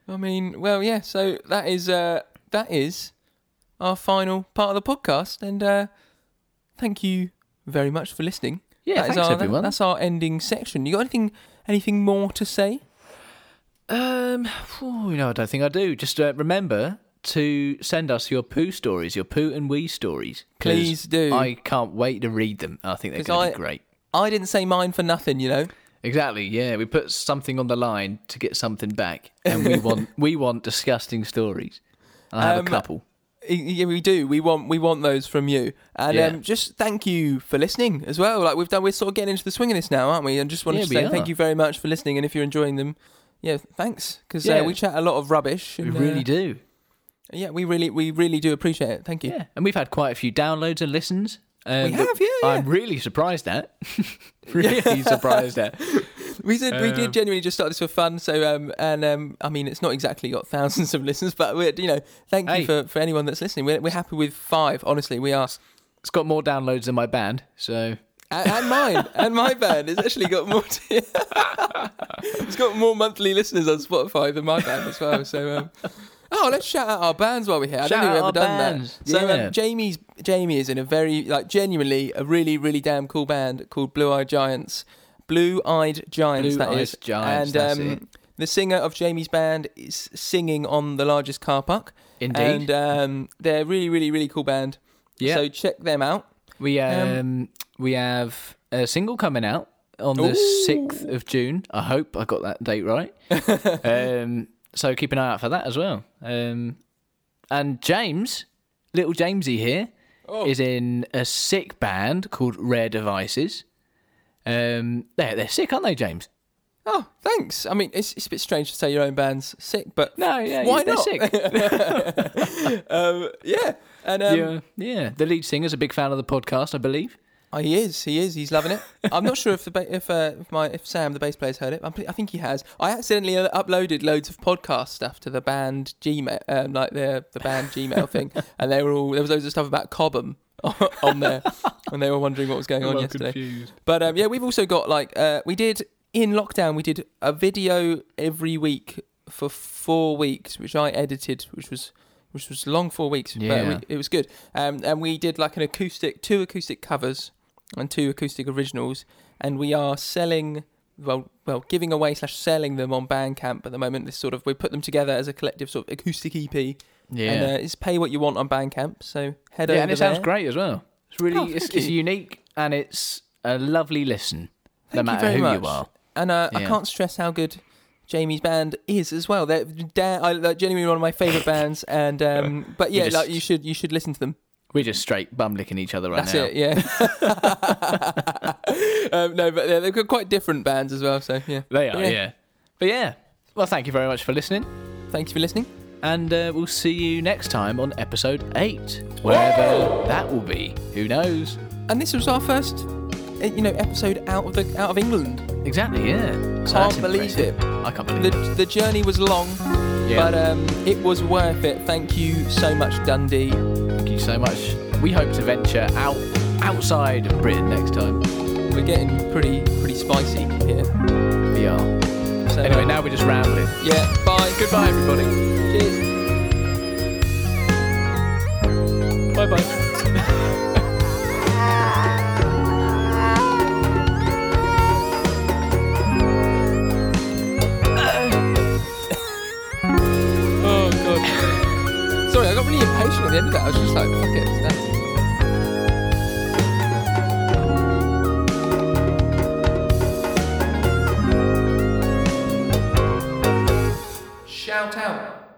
I mean, well, yeah. So that is uh, that is our final part of the podcast, and uh, thank you very much for listening. That Yeah, is thanks, our, everyone. that's our ending section. You got anything anything more to say? Um, phew, no, I don't think I do. Just uh, remember to send us your poo stories, your poo and wee stories. 'cause Please do. I can't wait to read them. I think they're 'Cause going I- to be great. I didn't say mine for nothing, you know. Exactly. Yeah, we put something on the line to get something back, and we want we want disgusting stories. And I have Um, a couple. Y- Yeah, we do. We want we want those from you, and Yeah. um, just thank you for listening as well. Like we've done, we're sort of getting into the swing of this now, aren't we? And just wanted Yeah, to we say are. thank you very much for listening. And if you're enjoying them, yeah, thanks because Yeah. uh, we chat a lot of rubbish. We and, uh, really do. Yeah, we really, we really do appreciate it. Thank you. Yeah, and we've had quite a few downloads and listens. Um, We have, that yeah, yeah. I'm really surprised at. really surprised at. We did, we did genuinely just start this for fun. So, um, and um, I mean, it's not exactly got thousands of listeners, but we're, you know, thank Hey. you for, for anyone that's listening. We're, we're happy with five. Honestly, we are, It's got more downloads than my band, so and, and mine, and my band has actually got more. it's got more monthly listeners on Spotify than my band as well. So. Um, Oh, let's shout out our bands while we're here. I Shout don't think out we've ever our done bands. that. So Yeah. um, Jamie's Jamie is in a very like genuinely a really really damn cool band called Blue Eyed Giants. Blue Eyed Giants. Blue that Eyed is. Giants, And that's um, it. the singer of Jamie's band is singing on the largest car park. Indeed. And um, they're a really, really, really cool band. Yeah. So check them out. We um, we have a single coming out on the sixth of June. I hope I got that date right. um, so keep an eye out for that as well. Um, and James, little Jamesy here, is in a sick band called Rare Devices. Um, they're they're sick, aren't they, James? Oh, thanks. I mean, it's, it's a bit strange to say your own band's sick, but No, yeah, Why they're not? sick. um, yeah. And um, yeah, yeah. The lead singer's a big fan of the podcast, I believe. oh, he is. He is. He's loving it. I'm not sure if the ba- if, uh, if my if Sam the bass player's heard it. I'm, pre- I think he has. I accidentally uh, uploaded loads of podcast stuff to the band Gmail, um, like the the band Gmail thing, and they were all there was loads of stuff about Cobham on there, and they were wondering what was going on yesterday. confused. But um, yeah, we've also got like uh, we did in lockdown. We did a video every week for four weeks, which I edited, which was which was long four weeks. Yeah. But we, it was good. Um, and we did like an acoustic, two acoustic covers, and two acoustic originals. And we are selling, well, well, giving away slash selling them on Bandcamp at the moment. This sort of we put them together as a collective sort of acoustic EP. Yeah, And uh, it's pay what you want on Bandcamp. So head over yeah, and it sounds there. great as well. It's really Oh, it's, thank it's you. unique and it's a lovely listen, Thank no you matter very who you much. are. And uh, I Yeah. can't stress how good Jamie's band is as well. They're, they're, I, they're genuinely one of my favourite bands. And um, but yeah, just- like you should you should listen to them. We're just straight bum licking each other right That's now. it. Yeah. um, no, but they're, they're quite different bands as well. So yeah, They are, Yeah. yeah. But yeah, well, thank you very much for listening, thank you for listening. and uh, we'll see you next time on episode eight, whatever that will be. Who knows? And this was our first, uh, you know, episode out of the out of England. Exactly. Yeah. Can't So that's believe impressive. it. I can't believe The it. uh, the journey was long, Yeah. but um, it was worth it. Thank you so much, Dundee. Thank you so much. We hope to venture out outside of Britain next time. We're getting pretty pretty spicy here. We are. So, Anyway, uh, now we're just rambling. yeah. Bye. Goodbye, everybody. Cheers. Bye bye. Oh god. Sorry, I got really impatient at the end of that. I was just like, fuck it, it's done. Shout out.